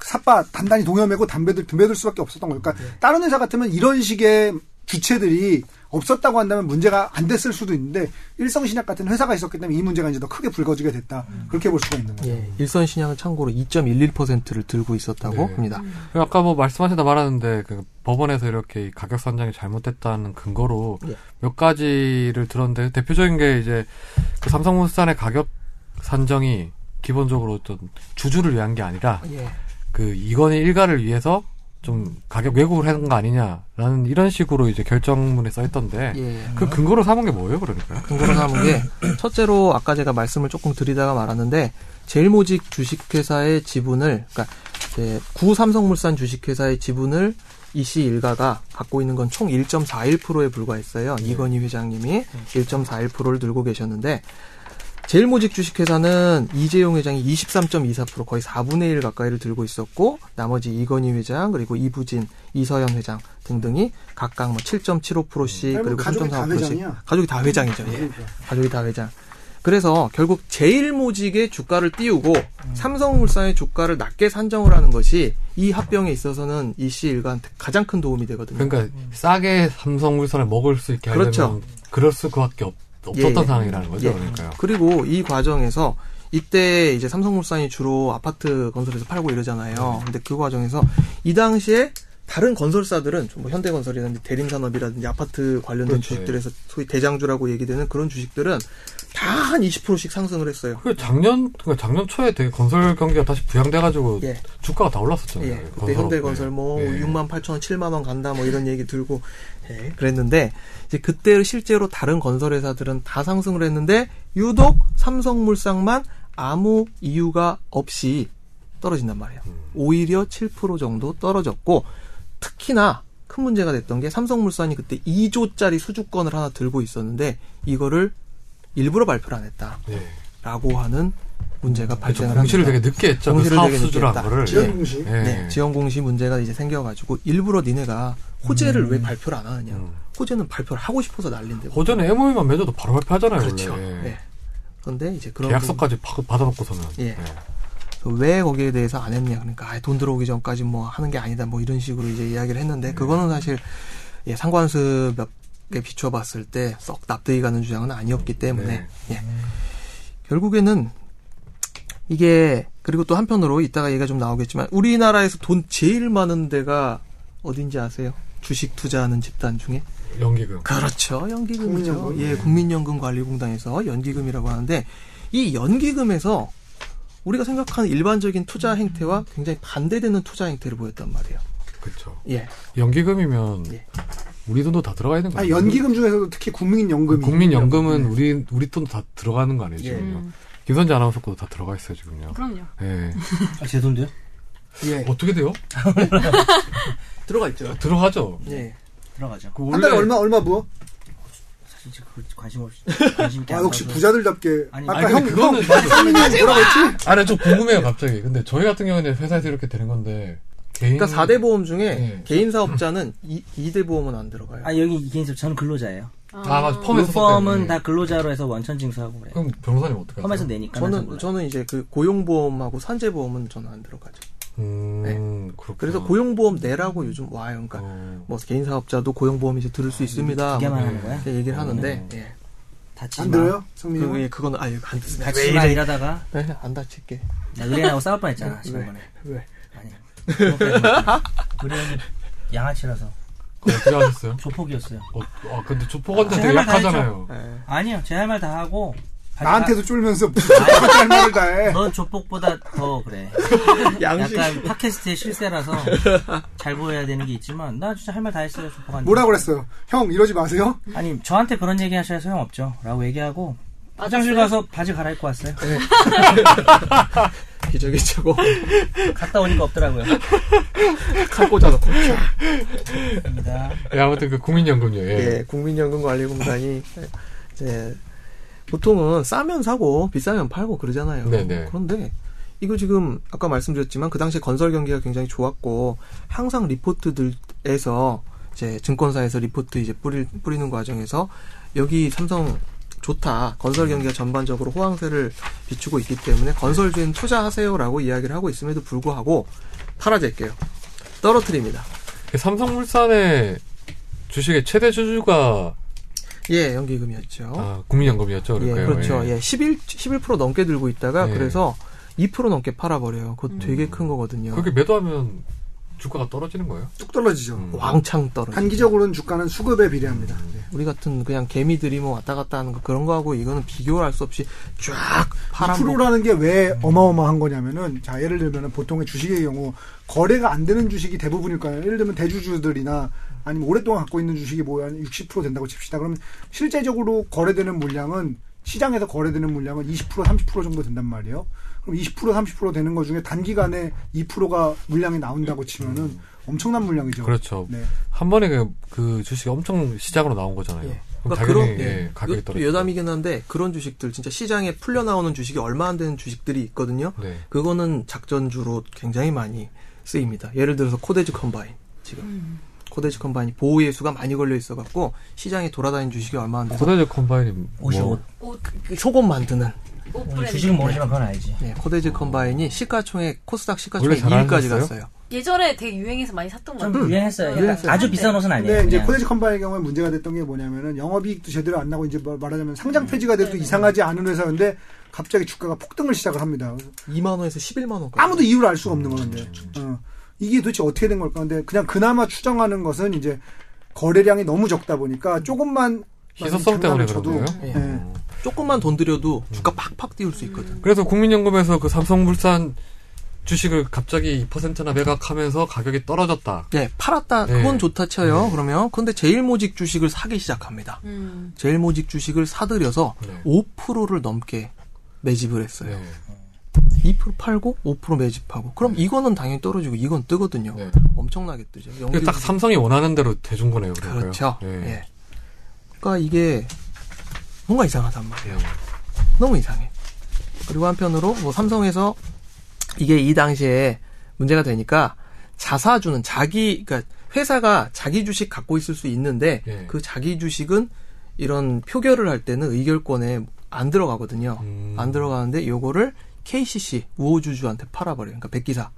사빠 단단히 동여매고 담배들 듬배들 수밖에 없었던 거예요. 그러니까 다른 회사 같으면 이런 식의 주체들이 없었다고 한다면 문제가 안 됐을 수도 있는데 일성신약 같은 회사가 있었기 때문에 이 문제가 이제 더 크게 불거지게 됐다.
음.
그렇게 볼 수가 있는 거죠.
예, 일선 신약은 참고로 2.11%를 들고 있었다고
네.
합니다.
아까 뭐 말씀하시다 말았는데 그 법원에서 이렇게 이 가격 산정이 잘못됐다는 근거로
예.
몇 가지를 들었는데 대표적인 게 이제 그 삼성물산의 가격 산정이 기본적으로 좀 주주를 위한 게 아니라
예.
그 이건희 일가를 위해서 좀 가격 왜곡을 한 거 아니냐라는 이런 식으로 이제 결정문에 써 있던데
예.
그 근거로 삼은 게 뭐예요, 그러니까?
근거로 삼은 게 첫째로 아까 제가 말씀을 조금 드리다가 말았는데 제일모직 주식회사의 지분을 그러니까 이제 구삼성물산 주식회사의 지분을 이씨 일가가 갖고 있는 건 총 네. 1.41%에 불과했어요. 이건희 회장님이 1.41%를 들고 계셨는데 제일모직 주식회사는 이재용 회장이 23.24% 거의 4분의 1 가까이를 들고 있었고 나머지 이건희 회장 그리고 이부진 이서연 회장 등등이 각각 뭐 7.75%씩
아니, 뭐
그리고
가족이 다
3.4%씩
회장이야.
가족이 다 회장이죠. 예.
그러니까.
가족이 다 회장. 그래서 결국 제일모직의 주가를 띄우고
음.
삼성물산의 주가를 낮게 산정을 하는 것이 이 합병에 있어서는 이씨 일가한테 가장 큰 도움이 되거든요.
그러니까 싸게 삼성물산을 먹을 수 있게 하려면
음. 그렇죠.
그럴 수밖에 없, 없었던
예, 예.
상황이라는 거죠.
예.
그러니까요.
그리고 이 과정에서 이때 이제 삼성물산이 주로 아파트 건설에서 팔고
네.
이러잖아요. 근데 그 과정에서 이 당시에 다른 건설사들은 좀뭐 현대건설이라든지 대림산업이라든지 아파트 관련된
그렇죠,
주식들에서 소위 대장주라고 얘기되는 그런 주식들은 다 한 20%씩 상승을 했어요.
그 작년 그러니까 작년 초에 되게 건설 경기가 다시 부양돼가지고
예.
주가가 다
예,
올랐었잖아요.
그때 현대건설 뭐
예.
6만 8천 원, 7만 원 간다 뭐 이런 얘기 들고 예, 그랬는데 이제 그때 실제로 다른 건설회사들은 다 상승을 했는데 유독 삼성물상만 아무 이유가 없이 떨어진단 말이에요.
음.
오히려 7% 정도 떨어졌고 특히나 큰 문제가 됐던 게 삼성물산이 그때 2조짜리 수주권을 하나 들고 있었는데 이거를 일부러 발표를 안
예.
했다라고 하는 문제가
그렇죠.
발생을
공시를
합니다.
되게 늦게 했죠. 그
공시를
사업
되게 늦게
수주란
했다.
거를.
지연
예.
공시.
예.
네, 지원 공시 문제가 이제 생겨가지고 일부러 니네가 호재를 왜 발표를 안 하느냐.
음.
호재는 발표를 하고 싶어서 난린데.
호전에 MOU만 맺어도 바로 발표하잖아요.
그렇죠.
원래. 예.
네. 그런데 이제 그런
계약서까지 파- 받아놓고서는.
예. 부분- 왜 거기에 대해서 안 했냐. 그러니까 아예 돈 들어오기 전까지 뭐 하는 게 아니다. 뭐 이런 식으로 이제 이야기를 했는데 그거는 사실 예, 상관수 몇에 비춰봤을 때 썩 납득이 가는 주장은 아니었기 때문에 예. 결국에는 이게 그리고 또 한편으로 이따가 얘기가 좀 나오겠지만 우리나라에서 돈 제일 많은 데가 어딘지 아세요? 주식 투자하는 집단 중에
연기금.
그렇죠 연기금이죠
국민연금.
예 국민연금관리공단에서 연기금이라고 하는데 이 연기금에서 우리가 생각하는 일반적인 투자 행태와 굉장히 반대되는 투자 행태를 보였단 말이에요
그렇죠.
예
연기금이면
예.
우리 돈도 다 들어가 있는 거예요.
아니, 연기금 중에서도 특히 국민연금이.
아, 국민연금은 우리 우리 돈도 다 들어가는 거 아니에요
네. 예.
지금요?
음.
김선재 아나운서 것도 다 들어가 있어요 지금요.
그럼요.
예.
아, 제 돈도요?
네.
예.
어떻게 돼요?
들어가 있죠
들어가죠.
예
들어가죠.
그
한
원래
달에 얼마, 얼마 부어?
사실 지금 그 관심 없이 관심 있게
아,
안
역시
봐서.
부자들답게.
아니,
아까
아니, 근데
형,
그거는
형, 형님이 뭐라고 했지?
아니 좀 궁금해요 갑자기. 근데 저희 같은 경우에는 회사에서 이렇게 되는 건데 개인
그러니까 4대 보험 중에
예.
개인 사업자는 이 2대 보험은 안 들어가요
아 여기 이인섭 저는 근로자예요.
아.
다 같이
펌
펌에서
펌은
썼대요. 음.
다 근로자로 해서 원천 징수하고 그래. 요
그럼 변호사님 어떻게 그렇죠.
펌에서
하세요?
내니까 난
저는
몰라요.
저는 이제 그 고용보험하고 산재보험은 저는 안 들어가죠.
음, 그렇구나.
그래서 고용보험 내라고 요즘 와요. 그러니까
어.
뭐 개인 사업자도 고용보험 이제 들을 수 있습니다. 뭐
두 개만
네.
하는 거야.
이렇게 얘기를 하는데 예.
다치지
안
마.
들어요? 성민이
그,
형?
예, 그거는 아예 안 듣습니다.
다치지 마 이러다가
네, 안 다칠게.
나 의뢰인하고 싸울 뻔했잖아 지난번에.
왜?
아니. 의뢰인이 양아치라서
그거 어떻게 하셨어요?
조폭이었어요.
어, 아 근데 조폭한테 되게
제가 다
약하잖아요.
예.
아니요 제 할 말 다 하고.
나한테도 쫄면서 무슨 말을 다 해.
넌 조폭보다 더 그래.
양심.
약간 팟캐스트의 실세라서 잘 보여야 되는 게 있지만 나 진짜 할 말 다 했어요 조폭한테.
뭐라 그랬어요? 형, 이러지 마세요.
아니 저한테 그런 얘기 하셔야 소용없죠 라고 얘기하고 화장실 가서 바지 갈아입고 왔어요
기적이 최고.
갔다 오니까 없더라고요
칼 꽂아놓고.
입니다.
예, 아무튼 그 국민연금요. 예. 아.
예, 국민연금관리공단이 이제 보통은 싸면 사고 비싸면 팔고 그러잖아요.
네네.
그런데 이거 지금 아까 말씀드렸지만 그 당시 건설 경기가 굉장히 좋았고 항상 리포트들에서 이제 증권사에서 리포트 이제 뿌리, 뿌리는 과정에서 여기 삼성 좋다. 건설 경기가 전반적으로 호황세를 비추고 있기 때문에 건설주엔 투자하세요라고 이야기를 하고 있음에도 불구하고 팔아제껴요. 떨어뜨립니다.
그 삼성물산의 주식의 최대 주주가
예, 연기금이었죠.
아, 국민연금이었죠.
예,
그러니까요.
그렇죠.
예.
예, 11, 11% 넘게 들고 있다가
예. 음.
그래서 2% 넘게 팔아버려요. 그거 되게 큰 거거든요.
그렇게 매도하면 주가가 떨어지는 거예요?
뚝 떨어지죠.
음.
왕창 떨어져.
단기적으로는 주가는 수급에 비례합니다. 네.
우리 같은 그냥 개미들이 뭐 왔다 갔다 하는 거 그런 거하고 이거는 비교할 를수 없이 쫙 팔아. 먹-
2%라는 게 왜 어마어마한 거냐면은 자 예를 들면 보통의 주식의 경우 거래가 안 되는 주식이 대부분일 거예요. 예를 들면 대주주들이나 아니면 오랫동안 갖고 있는 주식이 뭐한60% 된다고 칩시다. 그러면 실제적으로 거래되는 물량은 시장에서 거래되는 물량은 20% 30% 정도 된단 말이에요. 그럼 20% 30% 되는 것 중에 단기간에 2%가 물량이 나온다고 치면은 엄청난 물량이죠.
그렇죠.
네.
한 번에 그, 그 주식이 엄청 시장으로 나온 거잖아요.
예.
그럼
그러니까
당연히
그런-
예, 가격이
요-
떨어져.
여담이긴 한데 그런 주식들 진짜 시장에 풀려 나오는 주식이 얼마 안 되는 주식들이 있거든요.
네.
그거는 작전주로 굉장히 많이 쓰입니다. 예를 들어서 코데즈 컴바인 지금
음.
코데즈 컴바인이 보호 예수가 많이 걸려 있어 갖고 시장에 돌아다니는 주식이 얼마 안 돼서
코데즈 어, 컴바인이 뭐
55.
그 속옷 만드는
주식은 모르지만 그건 알지.
네, 코데즈 컴바인이 시가총액 코스닥 시가총액
원래 잘
2위까지
알았어요?
갔어요.
예전에 되게 유행해서 많이 샀던 것
좀
같아요.
유행했어요.
음.
약간 아주 비싼 옷은 아니에요.
근데 네, 이제
그냥.
코데지 컴바인의 경우에 문제가 됐던 게 뭐냐면은 영업이익도 제대로 안 나고 이제 뭐 말하자면 상장 폐지가 돼도 이상하지 않은 회사인데 갑자기 주가가 폭등을 시작을 합니다. 그래서
2만 원에서 11만 원까지.
아무도 이유를 알 수가 없는 건데. 어. 이게 도대체 어떻게 된 걸까? 근데 그냥 그나마 추정하는 것은 이제 거래량이 너무 적다 보니까 조금만
희소성 때문에 그런
저도
거예요?
예.
조금만 돈 들여도
음.
주가 팍팍 띄울 수 있거든.
그래서 국민연금에서 그 삼성물산 주식을 갑자기 2%나 매각하면서 가격이 떨어졌다.
네, 팔았다. 그건
네.
좋다 쳐요. 그러면 근데 제일모직 주식을 사기 시작합니다.
음.
제일모직 주식을 사들여서
네.
5%를 넘게 매집을 했어요.
네.
2% 팔고 5% 매집하고. 그럼 이거는 당연히 떨어지고 이건 뜨거든요.
네.
엄청나게 뜨죠.
그게 딱 삼성이 원하는 대로 돼준 거네요. 그러니까요.
그렇죠.
예.
예. 그러니까 이게 뭔가 이상하단 말이에요.
예.
너무 이상해. 그리고 한편으로 뭐 삼성에서 이게 이 당시에 문제가 되니까 자사주는 자기 그러니까 회사가 자기 주식 갖고 있을 수 있는데
예.
그 자기 주식은 이런 표결을 할 때는 의결권에 안 들어가거든요.
음.
안 들어가는데 요거를 KCC 우호주주한테 팔아버려요. 그러니까 백기사.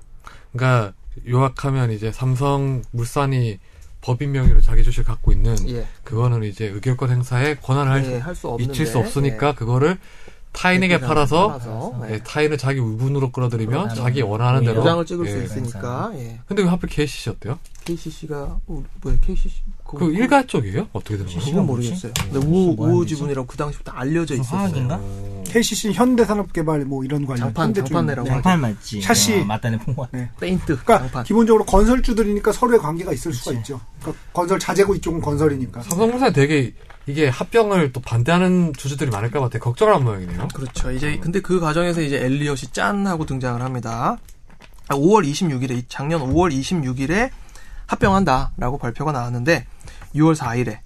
그러니까 요약하면 이제 삼성 물산이 법인 명의로 자기 주식 을 갖고 있는
예.
그거는 이제 의결권 행사에 권한을 할 수-
할수 예. 없는
미칠 수 없으니까 그거를 타인에게 팔아서 예, 타인을 자기 우군으로 끌어들이면
그러면
자기 원하는 대로
도장을 그렇죠. 찍을
예.
수 있으니까 예.
근데 왜 하필 KCC였대요?
KCC가 뭐 KCC 그거-
그 일가 쪽이에요? 어떻게 되는 거예요?
KCC?
지금
뭐지?
모르겠어요. 근데 우호
뭐하는
우호
데지?
지분이라고 그 당시부터 알려져
무슨
있었어요.
화학인가?
KCC 는 현대산업개발 뭐 이런 관련
장판
현대중.
장판내라고
네.
하죠.
장판 맞지.
샤시.
어, 맞다네 풍화.
페인트
그러니까
장판.
기본적으로 건설주들이니까 서로의 관계가 있을 수가 있죠. 그러니까 건설 자재고 이쪽은 건설이니까.
삼성물산이 되게 이게 합병을 또 반대하는 주주들이 많을까 봐 되게 걱정하는 모양이네요.
그렇죠. 이제 근데 그 과정에서 이제 엘리엇이 짠 하고 등장을 합니다. 아, 5월 26일에 작년 5월 26일에 합병한다라고 발표가 나왔는데 6월 4일에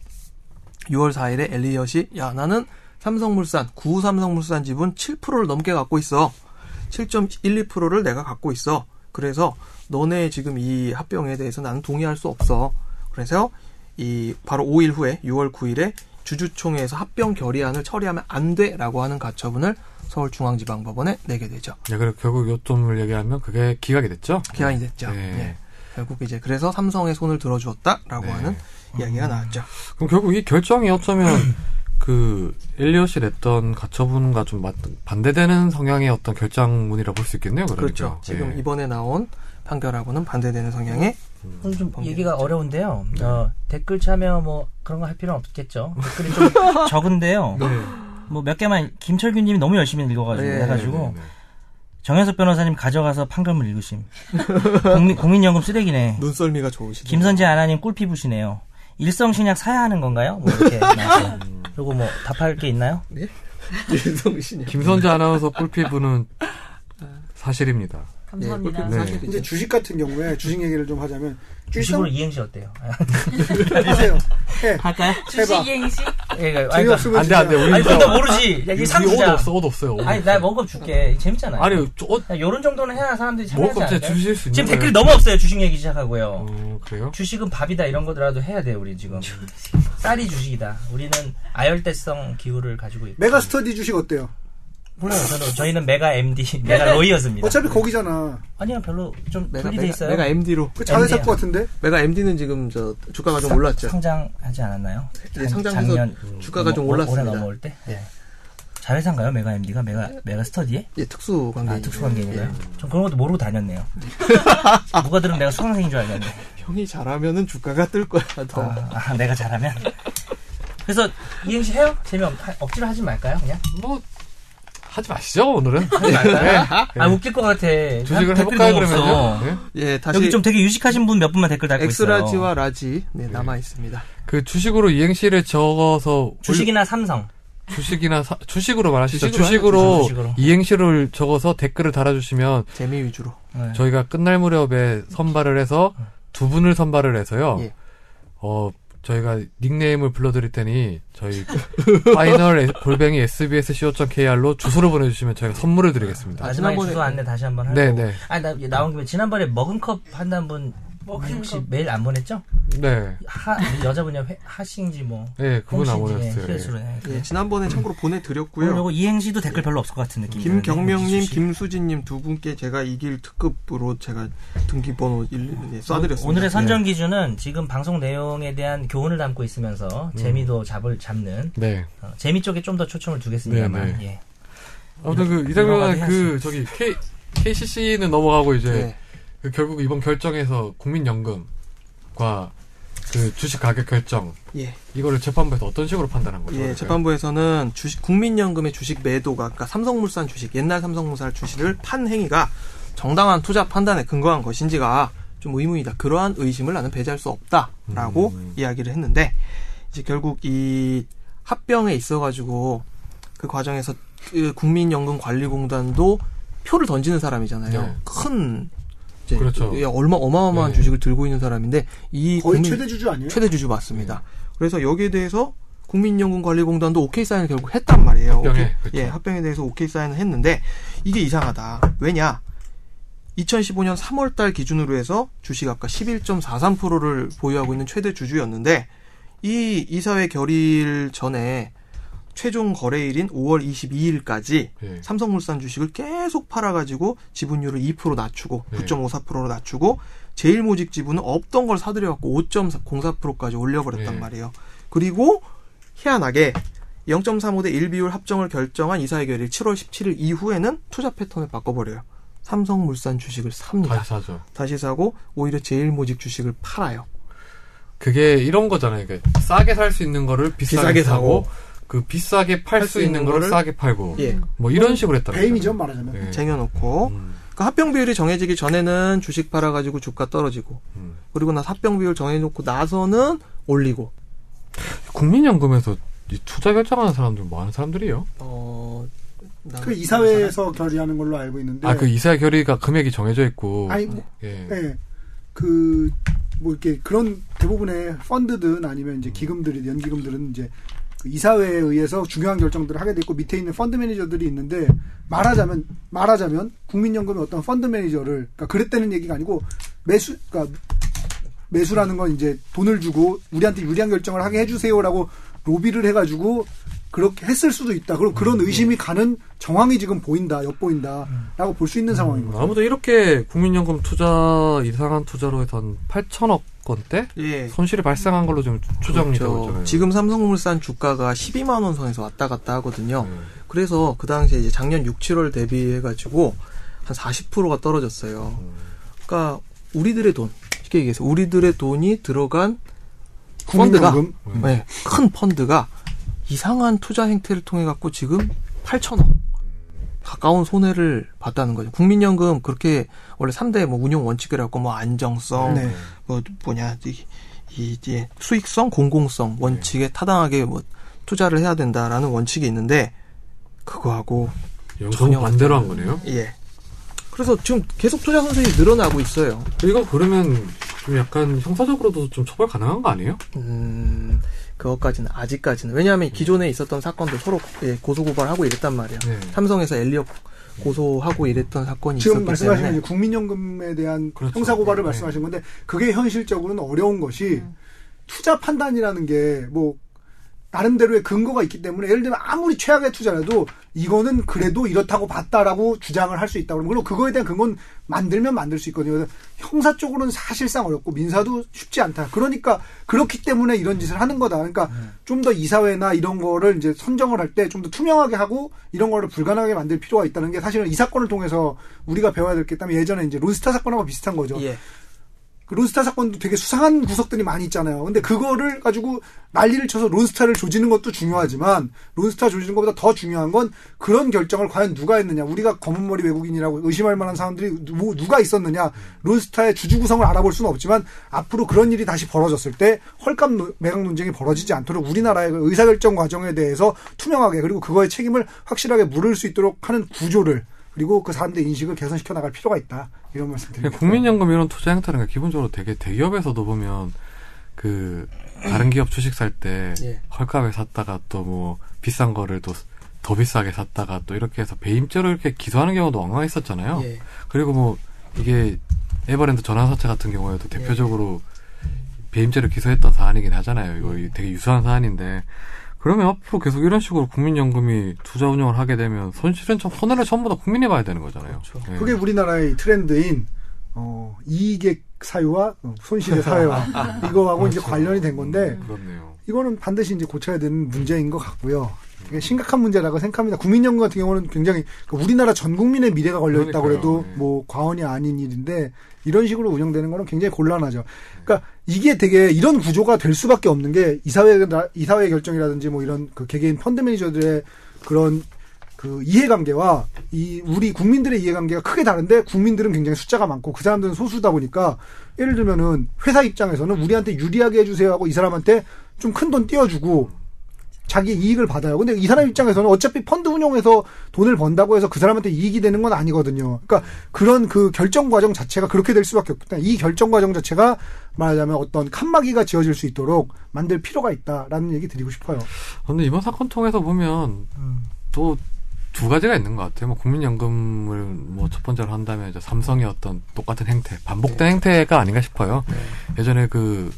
6월 4일에 엘리엇이 야 나는 삼성물산 구우 삼성물산 지분 7%를 넘게 갖고 있어. 7.12%를 내가 갖고 있어. 그래서 너네 지금 이 합병에 대해서 나는 동의할 수 없어. 그래서 이 바로 5일 후에 6월 9일에 주주총회에서 합병 결의안을 처리하면 안 돼라고 하는 가처분을 서울중앙지방법원에 내게 되죠.
야, 네, 그리고 결국 요점을 얘기하면 그게 기각이 됐죠?
기한이 됐죠.
네.
예. 결국 이제 그래서 삼성의 손을 들어주었다라고
네.
하는 이야기가 나왔죠.
그럼 결국 이 결정이 어쩌면 그 엘리엇이 냈던 가처분과 좀 맞- 반대되는 성향의 어떤 결정문이라 볼 수 있겠네요. 그러니까.
그렇죠. 지금
예.
이번에 나온 판결하고는 반대되는 성향의
오늘 좀
범죄.
얘기가 어려운데요. 어, 댓글 참여 뭐 그런 거 할 필요는 없겠죠. 댓글이 좀 적은데요.
네.
뭐 몇 개만 김철규님이 너무 열심히 읽어가지고
예,
해가지고
네, 네.
정현석 변호사님 가져가서 판결문 읽으심. 국민, 국민연금 쓰레기네.
눈썰미가 좋으시죠.
김선재 아나님 꿀피부시네요. 일성신약 사야 하는 건가요? 뭐 이렇게 나왔어요. 그리고 뭐 답할 게 있나요?
김성신이
김선재 아나운서 꿀피부는 사실입니다.
감사합니다.
네.
이제 주식 같은 경우에 주식 얘기를 좀 하자면
주식으로 이행시 어때요?
하세요. 예.
할까요?
해봐.
주식 이행시
재미
예, 아니
없으면
안 돼, 안 돼. 우리
근데 모르지. 야,
우리
이
옷
상주자.
없어, 옷 없어요. 옷
아니
없어요.
나 먹어 줄게. 재밌잖아요.
아니, 저, 옷,
야, 요런 정도는 해야 사람들이
먹을
참여하지
거
않을까요?
진짜 네. 주실 수 있는
지금
거예요?
댓글이 너무 없어요. 주식 얘기 시작하고요.
어, 그래요?
주식은 밥이다 이런 거라도 해야 돼요. 우리 지금 쌀이 주식이다. 우리는 아열대성 기후를 가지고 있고.
메가스터디 주식 어때요?
물론 저는 저희는 메가 MD,
네.
메가 로이였습니다.
어차피 거기잖아.
아니요 별로 좀
내가
분리돼 있어요.
내가 MD로
그 자회사
MD야.
거 같은데?
내가 MD는 지금 저 주가가 좀
상-
올랐죠.
상장하지 않았나요?
예,
작-
상장해서 주가가 좀
올-
올랐습니다.
올해 뭐, 넘어올 때. 네. 자회사인가요? 메가 MD가 메가 메가 스터디에?
예, 특수 관계.
아 특수관계인가요?
네.
전 그런 것도 모르고 다녔네요. 누가 들으면 내가 수강생인 줄 알겠네.
예. 형이 잘하면은 주가가 뜰 거야. 더.
아, 아, 내가 잘하면. 그래서 이행시 해요? 재미없 하- 억지로 하지 말까요? 그냥
뭐, 하지 마시죠, 오늘은.
하지 말까요?
네.
아 웃길 것 같아.
주식을
댓글
해볼까요,
너무 없어.
그러면요? 네.
예, 다시
여기 좀 되게 유식하신 분 몇 분만 댓글 달고 있어요. 예.
엑스라지와 라지 네, 남아 있습니다.
그 주식으로 이행시를 적어서
주식이나 삼성.
올- 주식이나 사- 주식으로 말하시죠.
주식으로
주식으로,
하죠, 주식으로.
이행시를 적어서 댓글을 달아주시면
재미 위주로.
네.
네. 저희가 끝날 무렵에 선발을 해서 두 분을 선발을 해서요.
예.
어 저희가 닉네임을 불러드릴 테니 저희 파이널 골뱅이 sbsco.kr로 주소를 보내주시면 저희가 선물을 드리겠습니다.
마지막에
지난번에-
주소 안내 다시 한번 하고.
네네
아, 나, 나온 김에 지난번에 먹은컵 한다는 분 혹시 메일 안 보냈죠?
네.
하, 여자분이 회, 하신지 뭐.
네, 그분 안
홍신지,
보냈어요.
예, 실수로. 예.
예, 지난번에 참고로
오늘
보내드렸고요.
요거 이행시도 댓글 별로 없을 것 같은 네, 느낌.
김경명님, 김수진님 두 분께 제가 이길 특급으로 제가 등기번호 일 예, 쏴드렸습니다.
어, 오늘의 선정
네.
기준은 지금 방송 내용에 대한 교훈을 담고 있으면서
음.
재미도 잡을 잡는
네.
어, 재미 쪽에 좀 더 초점을 두겠습니다만.
네, 네.
예.
아무튼 그
넘어가도
이상민은 그
해야지.
저기 K KCC는 넘어가고 이제
네.
그 결국 이번 결정에서 국민연금과 그 주식 가격 결정
예.
이거를 재판부에서 어떤 식으로 판단한 거죠? 그러니까.
예, 재판부에서는 주식, 국민연금의 주식 매도가, 그러니까 삼성물산 주식, 옛날 삼성물산 주식을 판 행위가 정당한 투자 판단에 근거한 것인지가 좀 의문이다. 그러한 의심을 나는 배제할 수 없다라고
음.
이야기를 했는데 이제 결국 이 합병에 있어가지고 그 과정에서 그 국민연금관리공단도 표를 던지는 사람이잖아요.
네.
큰 이제
그렇죠.
얼마 어마어마한
네.
주식을 들고 있는 사람인데 이
거의
국민-
최대 주주 아니에요?
최대 주주 맞습니다. 그래서 여기에 대해서 국민연금관리공단도 오케이 사인을 결국 했단 말이에요.
합병에,
오케이-
그렇죠.
예, 합병에 대해서 오케이 사인을 했는데 이게 이상하다. 왜냐? 2015년 3월달 기준으로 해서 주식 아까 11.43%를 보유하고 있는 최대 주주였는데 이 이사회 결의일 전에 최종 거래일인 5월 22일까지
예.
삼성물산 주식을 계속 팔아가지고 지분율을 2% 낮추고
네.
9.54%로 낮추고 제일모직 지분은 없던 걸 사들여갖고 5.04%까지 올려버렸단
네.
말이에요. 그리고 희한하게 0.35대 1 비율 합정을 결정한 이사회 결의 7월 17일 이후에는 투자 패턴을 바꿔버려요. 삼성물산 주식을 삽니다.
다시 사죠.
다시 사고 오히려 제일모직 주식을 팔아요.
그게 이런 거잖아요. 그러니까 싸게 살 수 있는 거를 비싸게,
비싸게 사고,
사고, 그 비싸게 팔
팔
수 있는 거를 싸게 팔고
예,
뭐 이런 식으로 했다는
배임이죠
거잖아요.
말하자면.
예.
쟁여놓고
음,
그 합병 비율이 정해지기 전에는 주식 팔아가지고 주가 떨어지고
음.
그리고 나 합병 비율 정해놓고 나서는 올리고
국민연금에서 이 투자 결정하는 사람들 뭐 하는 사람들이요?
어, 나는
그 이사회에서 결의하는 걸로 알고 있는데.
아 그 이사 결의가 금액이 정해져 있고
네. 아니, 뭐,
예.
예. 그, 뭐, 이렇게, 그런 대부분의 펀드든 아니면 이제 기금들이, 연기금들은 이제 그 이사회에 의해서 중요한 결정들을 하게 되고 밑에 있는 펀드 매니저들이 있는데 말하자면, 말하자면 국민연금의 어떤 펀드 매니저를, 그러니까 그랬다는 얘기가 아니고 매수, 그러니까 매수라는 건 이제 돈을 주고 우리한테 유리한 결정을 하게 해주세요라고 로비를 해가지고 그렇게 했을 수도 있다. 그럼 그런
네.
의심이 가는 정황이 지금 보인다,
음.
엿보인다라고 볼 수 있는 상황인 거죠.
아무튼 이렇게 국민연금 투자 이상한 투자로 해서 한 8천억 건대
예.
손실이 발생한 걸로 지금 추정이 되고
저
있잖아요.
그렇죠. 지금 삼성물산 주가가 12만 원 선에서 왔다 갔다 하거든요.
네.
그래서 그 당시에 이제 작년 6, 7월 대비해 가지고 한 40%가 떨어졌어요. 그러니까 우리들의 돈, 쉽게 얘기해서 우리들의 돈이 들어간 펀드가
국민연금
음.
네, 큰 펀드가 이상한 투자 행태를 통해 갖고 지금 8천억 가까운 손해를 봤다는 거죠. 국민연금 그렇게 원래 3대 뭐 운용 원칙이라고 뭐 안정성,
네.
뭐 뭐냐 이, 이 이제 수익성, 공공성 원칙에 타당하게 뭐 투자를 해야 된다라는 원칙이 있는데 그거하고
영상
전혀
반대로 한 거네요.
예. 그래서 지금 계속 투자 선수들이 늘어나고 있어요.
이거 그러면 좀 약간 형사적으로도 좀 처벌 가능한 거 아니에요?
음, 그것까지는 아직까지는
네.
왜냐하면 기존에 있었던 사건들 서로 예, 고소 고발하고 이랬단 말이야.
네.
삼성에서 엘리업 고소하고 이랬던 사건이
네. 지금
있었기
말씀하신
때문에
이제 국민연금에 대한
그렇죠.
형사 고발을
네.
말씀하신 건데 그게 현실적으로는 어려운 것이 투자 판단이라는 게 뭐 나름대로의 근거가 있기 때문에 예를 들면 아무리 최악의 투자라도 이거는 그래도 이렇다고 봤다라고 주장을 할 수 있다 그러면 물론 그거에 대한 근거는 만들면 만들 수 있거든요. 그래서 형사 쪽으로는 사실상 어렵고 민사도 쉽지 않다. 그러니까 그렇기 때문에 이런 짓을 하는 거다. 그러니까 좀 더 이사회나 이런 거를 이제 선정을 할 때 좀 더 투명하게 하고 이런 거를 불가능하게 만들 필요가 있다는 게 사실은 이 사건을 통해서 우리가 배워야 될 게 있다면 예전에 이제 론스타 사건하고 비슷한 거죠.
예.
그 론스타 사건도 되게 수상한 구석들이 많이 있잖아요. 근데 그거를 가지고 난리를 쳐서 론스타를 조지는 것도 중요하지만 론스타 조지는 것보다 더 중요한 건 그런 결정을 과연 누가 했느냐. 우리가 검은머리 외국인이라고 의심할 만한 사람들이 누, 가 있었느냐. 론스타의 주주 구성을 알아볼 수는 없지만 앞으로 그런 일이 다시 벌어졌을 때 헐값 노- 매각 논쟁이 벌어지지 않도록 우리나라의 그 의사결정 과정에 대해서 투명하게 그리고 그거의 책임을 확실하게 물을 수 있도록 하는 구조를 그리고 그 사람들의 인식을 개선시켜 나갈 필요가 있다. 이런 말씀
그냥
드립니다.
국민연금 이런 투자 행태는 기본적으로 되게 대기업에서도 보면 그 다른 기업 주식 살 때
예.
헐값에 샀다가 또 뭐 비싼 거를 또 더 비싸게 샀다가 또 이렇게 해서 배임죄로 이렇게 기소하는 경우도 왕왕 있었잖아요.
예.
그리고 뭐 이게 에버랜드 전환사채 같은 경우에도
네.
대표적으로 배임죄를 기소했던 사안이긴 하잖아요. 이거
네.
되게 유사한 사안인데 그러면 앞으로 계속 이런 식으로 국민연금이 투자 운영을 하게 되면 손실은 전- 손해를 전부 다 국민이 봐야 되는 거잖아요. 예.
그렇죠. 그게 우리나라의 트렌드인 어, 이익의 사유와 어, 손실의 사유와 뭐 이거하고 이제 관련이 된
음.
건데
그렇죠. 그렇네요.
이거는 반드시 이제 고쳐야 되는 문제인 것 같고요. 되게 심각한 문제라고 생각합니다. 국민연금 같은 경우는 굉장히 그러니까 우리나라 전 국민의 미래가 걸려 있다고
그러니까요.
해도
예.
뭐 과언이 아닌 일인데 이런 식으로 운영되는 거는 굉장히 곤란하죠. 그러니까 이게 되게 이런 구조가 될 수밖에 없는 게 이사회 이사회 결정이라든지 뭐 이런 그 개개인 펀드 매니저들의 그런 그 이해관계와 이 우리 국민들의 이해관계가 크게 다른데 국민들은 굉장히 숫자가 많고 그 사람들은 소수다 보니까 예를 들면은 회사 입장에서는 우리한테 유리하게 해주세요 하고 이 사람한테 좀 큰 돈 띄워주고 자기 이익을 받아요. 근데 이 사람 입장에서는 어차피 펀드 운용해서 돈을 번다고 해서 그 사람한테 이익이 되는 건 아니거든요. 그러니까 그런 그 결정 과정 자체가 그렇게 될 수밖에 없기 때문에 이 결정 과정 자체가 말하자면 어떤 칸막이가 지어질 수 있도록 만들 필요가 있다라는 얘기 드리고 싶어요.
근데 이번 사건 통해서 보면
음.
또 두 가지가 있는 것 같아요. 뭐 국민연금을 뭐 첫 번째로 한다면 이제 삼성의 어떤 똑같은 행태,
네.
반복된 행태가 아닌가 싶어요. 예전에 그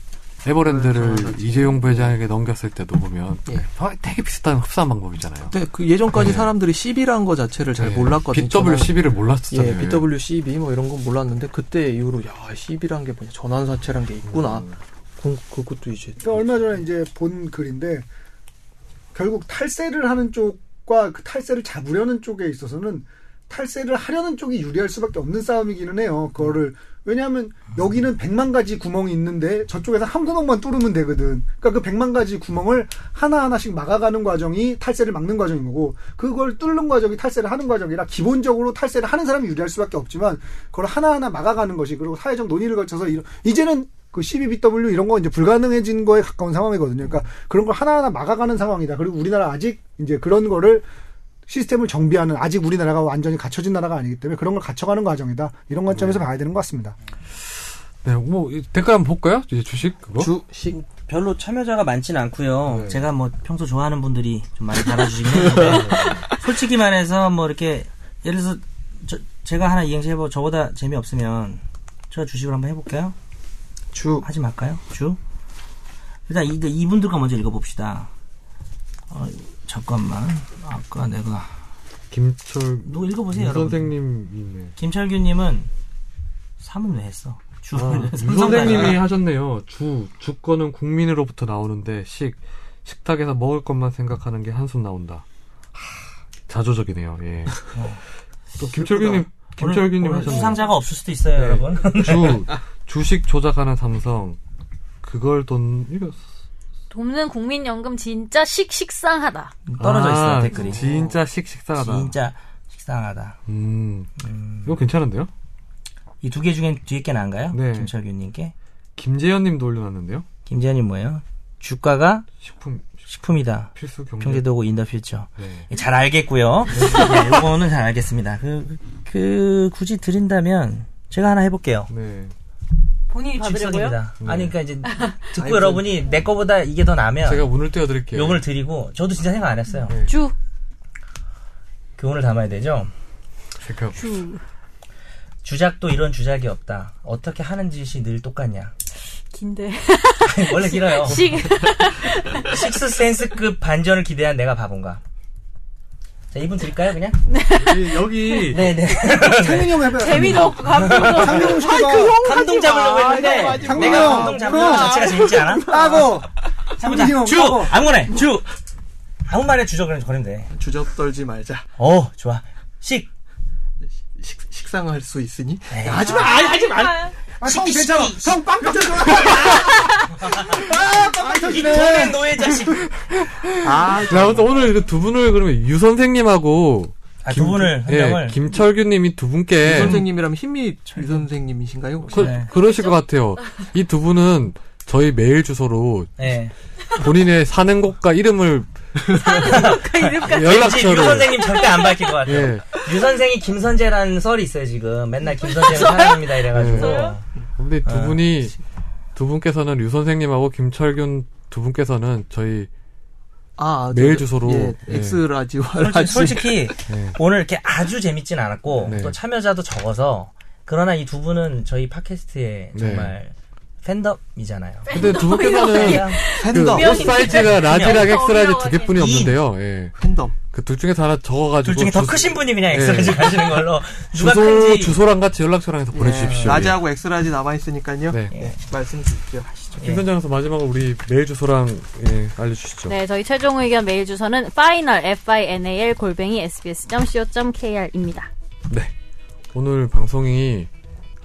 네,
에버랜드를 이재용 부회장에게 넘겼을 때도 보면 아,
예.
되게 비슷한 흡사한 방법이잖아요.
근데 그 예전까지
네.
예.
사람들이 시비라는 거 자체를 잘
예.
몰랐거든요. 저는-
BWCB를 몰랐었잖아요.
예, BWCB 뭐 이런 건 몰랐는데 그때 이후로 야, CB란 게 뭐냐, 전환사채란 게 있구나.
음.
그, 그것도 이제
그 얼마 전에 이제 본 글인데 결국 탈세를 하는 쪽과 그 탈세를 잡으려는 쪽에 있어서는 탈세를 하려는 쪽이 유리할 수밖에 없는 싸움이기는 해요. 그거를 왜냐하면 여기는 100만 가지 구멍이 있는데 저쪽에서 한 구멍만 뚫으면 되거든. 그러니까 그 100만 가지 구멍을 하나하나씩 막아가는 과정이 탈세를 막는 과정인 거고 그걸 뚫는 과정이 탈세를 하는 과정이라 기본적으로 탈세를 하는 사람이 유리할 수밖에 없지만 그걸 하나하나 막아가는 것이 그리고 사회적 논의를 거쳐서 이런- 이제는 그 CBBW 이런 거 이제 불가능해진 거에 가까운 상황이거든요. 그러니까 그런 걸 하나하나 막아가는 상황이다. 그리고 우리나라 아직 이제 그런 거를 시스템을 정비하는 아직 우리나라가 완전히 갖춰진 나라가 아니기 때문에 그런 걸 갖춰가는 과정이다. 이런 관점에서 봐야 되는 것 같습니다.
네, 뭐이 댓글 한번 볼까요? 이제 주식
어?
그거.
음.
주식
별로 참여자가 많지는 않고요.
네.
제가 뭐 평소 좋아하는 분들이 좀 많이 달아주시긴 했는데 솔직히 말해서 뭐 이렇게 예를 들어서 저- 제가 하나 이행시 해보 저보다 재미없으면 제가 주식을 한번 해볼까요?
주
하지 말까요? 주? 일단 이, 분들거 먼저 읽어봅시다. 어, 잠깐만. 아까 내가.
김철
너 읽어보세요,
유
네, 여러분.
선생님이네.
김철규님은 3은 왜 했어? 주.
아,
를
유 선생님이 하셨네요. 주 주권은 국민으로부터 나오는데 식 식탁에서 먹을 것만 생각하는 게 한숨 나온다. 하, 자조적이네요. 예.
어.
또 김철규님 김철규님 하셨네요.
수상자가 없을 수도 있어요,
네.
여러분.
주 주식 조작하는 삼성 그걸 돈 이거
돕는 국민연금 진짜 씩씩상하다.
떨어져 있어요,
아,
댓글이.
진짜 식식사하다.
진짜 식상하다.
음, 이거 괜찮은데요?
이 두 개 중엔 뒤에 게 나은가요?
네.
김철규님께.
김재현님도 올려놨는데요.
김재현님 뭐예요? 주가가
식품
식품이다.
필수 경제.
경제도구 인더퓨처.
네.
예, 잘 알겠고요. 네, 요거는 잘 알겠습니다. 그, 그 굳이 드린다면 제가 하나 해볼게요.
네.
본인이
아,
받으려고요?
즉석입니다. 아니 그러니까 이제 듣고 여러분이 내 거보다 이게 더 나면
제가 문을 띄워드릴게요. 네.
요걸 드리고 저도 진짜 생각 안 했어요.
주.
교훈을 담아야 되죠.
제가
주.
주작도 이런 주작이 없다. 어떻게 하는 짓이 늘 똑같냐.
긴데.
원래 길어요.
식.
식스 센스급 반전을 기대한 내가 바본가. 자, 이분 드릴까요, 그냥?
여기
네네. 그
상민이 형 해봐요.
재미도
어.
없고 감동도 없고.
상민이 형 시켜봐.
감동 잡으려고 했는데,
마.
내가
장군아,
감동 잡는
그럼.
것 자체가 재밌지 않아?
따고
참자.
상민이 형
주!
따고.
아무거나 해. 주! 아무 말에 주저 그냥 거리면 돼.
주접 떨지 말자.
네. 어, 좋아. 식! 네.
식, 식상할 수 있으니
에이.
야, 하지 마, 아니, 하지 마.
아, 형 괜찮아. 형 빵빵 터져. 아, 빵빵 터지네.
이번엔 노예 자식.
아,
자, 아무튼 오늘 이두 분을 그러면 유 선생님하고
아, 두 분을, 한
예,
명을.
김철규님이 두
유
네.
분께
선생님이라면 힘이 유 선생님이신가요? 혹시?
그,
네.
그러실 것 같아요. 이 두 분은 저희 메일 주소로
예.
본인의 사는 곳과 이름을
그러니까 왠지 네, 유
연락처를
선생님 절대 안 밝힐 것 같아요.
예,
유 선생이 김선재라는 썰이 있어요, 지금. 맨날 김선재는 사랑입니다, 이래가지고.
네. 근데 두 분이 두 분께서는 류 선생님하고 김철균 두 분께서는 저희
아,
메일 주소로.
예,
예.
엑스라지와
솔직히,
라지.
솔직히
네.
오늘 이렇게 아주 재밌진 않았고
네.
또 참여자도 적어서 그러나 이 두 분은 저희 팟캐스트의
네.
정말 팬덤이잖아요.
근데 두 분께서는
그냥
그
팬덤.
옷 사이즈가 라지랑
명이
엑스라지
어려워요.
두 개뿐이
이.
없는데요. 예.
팬덤.
그 둘 중에서 하나 적어가지고
둘 중에 더
주-
크신 분이 그냥
예.
엑스라지 가시는 걸로 누가
주소
큰지 예.
주소랑 같이 연락처랑 해서 보내주십시오.
예.
예.
라지하고 엑스라지 남아 있으니까요.
네.
네, 말씀 주십시오.
예.
김선장에서 마지막으로 우리 메일 주소랑 예, 알려주시죠.
네, 저희 최종 의견 메일 주소는 final final 골뱅이 sbs.co.kr입니다.
네. 오늘 방송이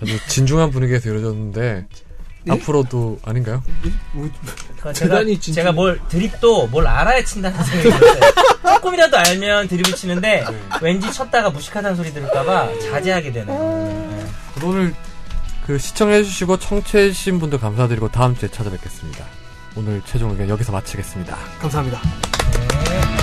아주 진중한 분위기에서 이루어졌는데 앞으로도 아닌가요?
그러니까 제가
대단히 진짜-
제가 뭘 드립도 뭘 알아야 친다는 생각이 들었어요. 조금이라도 알면 드립을 치는데
네.
왠지 쳤다가 무식하다는 소리 들을까봐 자제하게 되는. 예.
오늘 그 시청해주시고 청취해주신 분들 감사드리고 다음 주에 찾아뵙겠습니다. 오늘 최종 의견 여기서 마치겠습니다.
감사합니다.
네.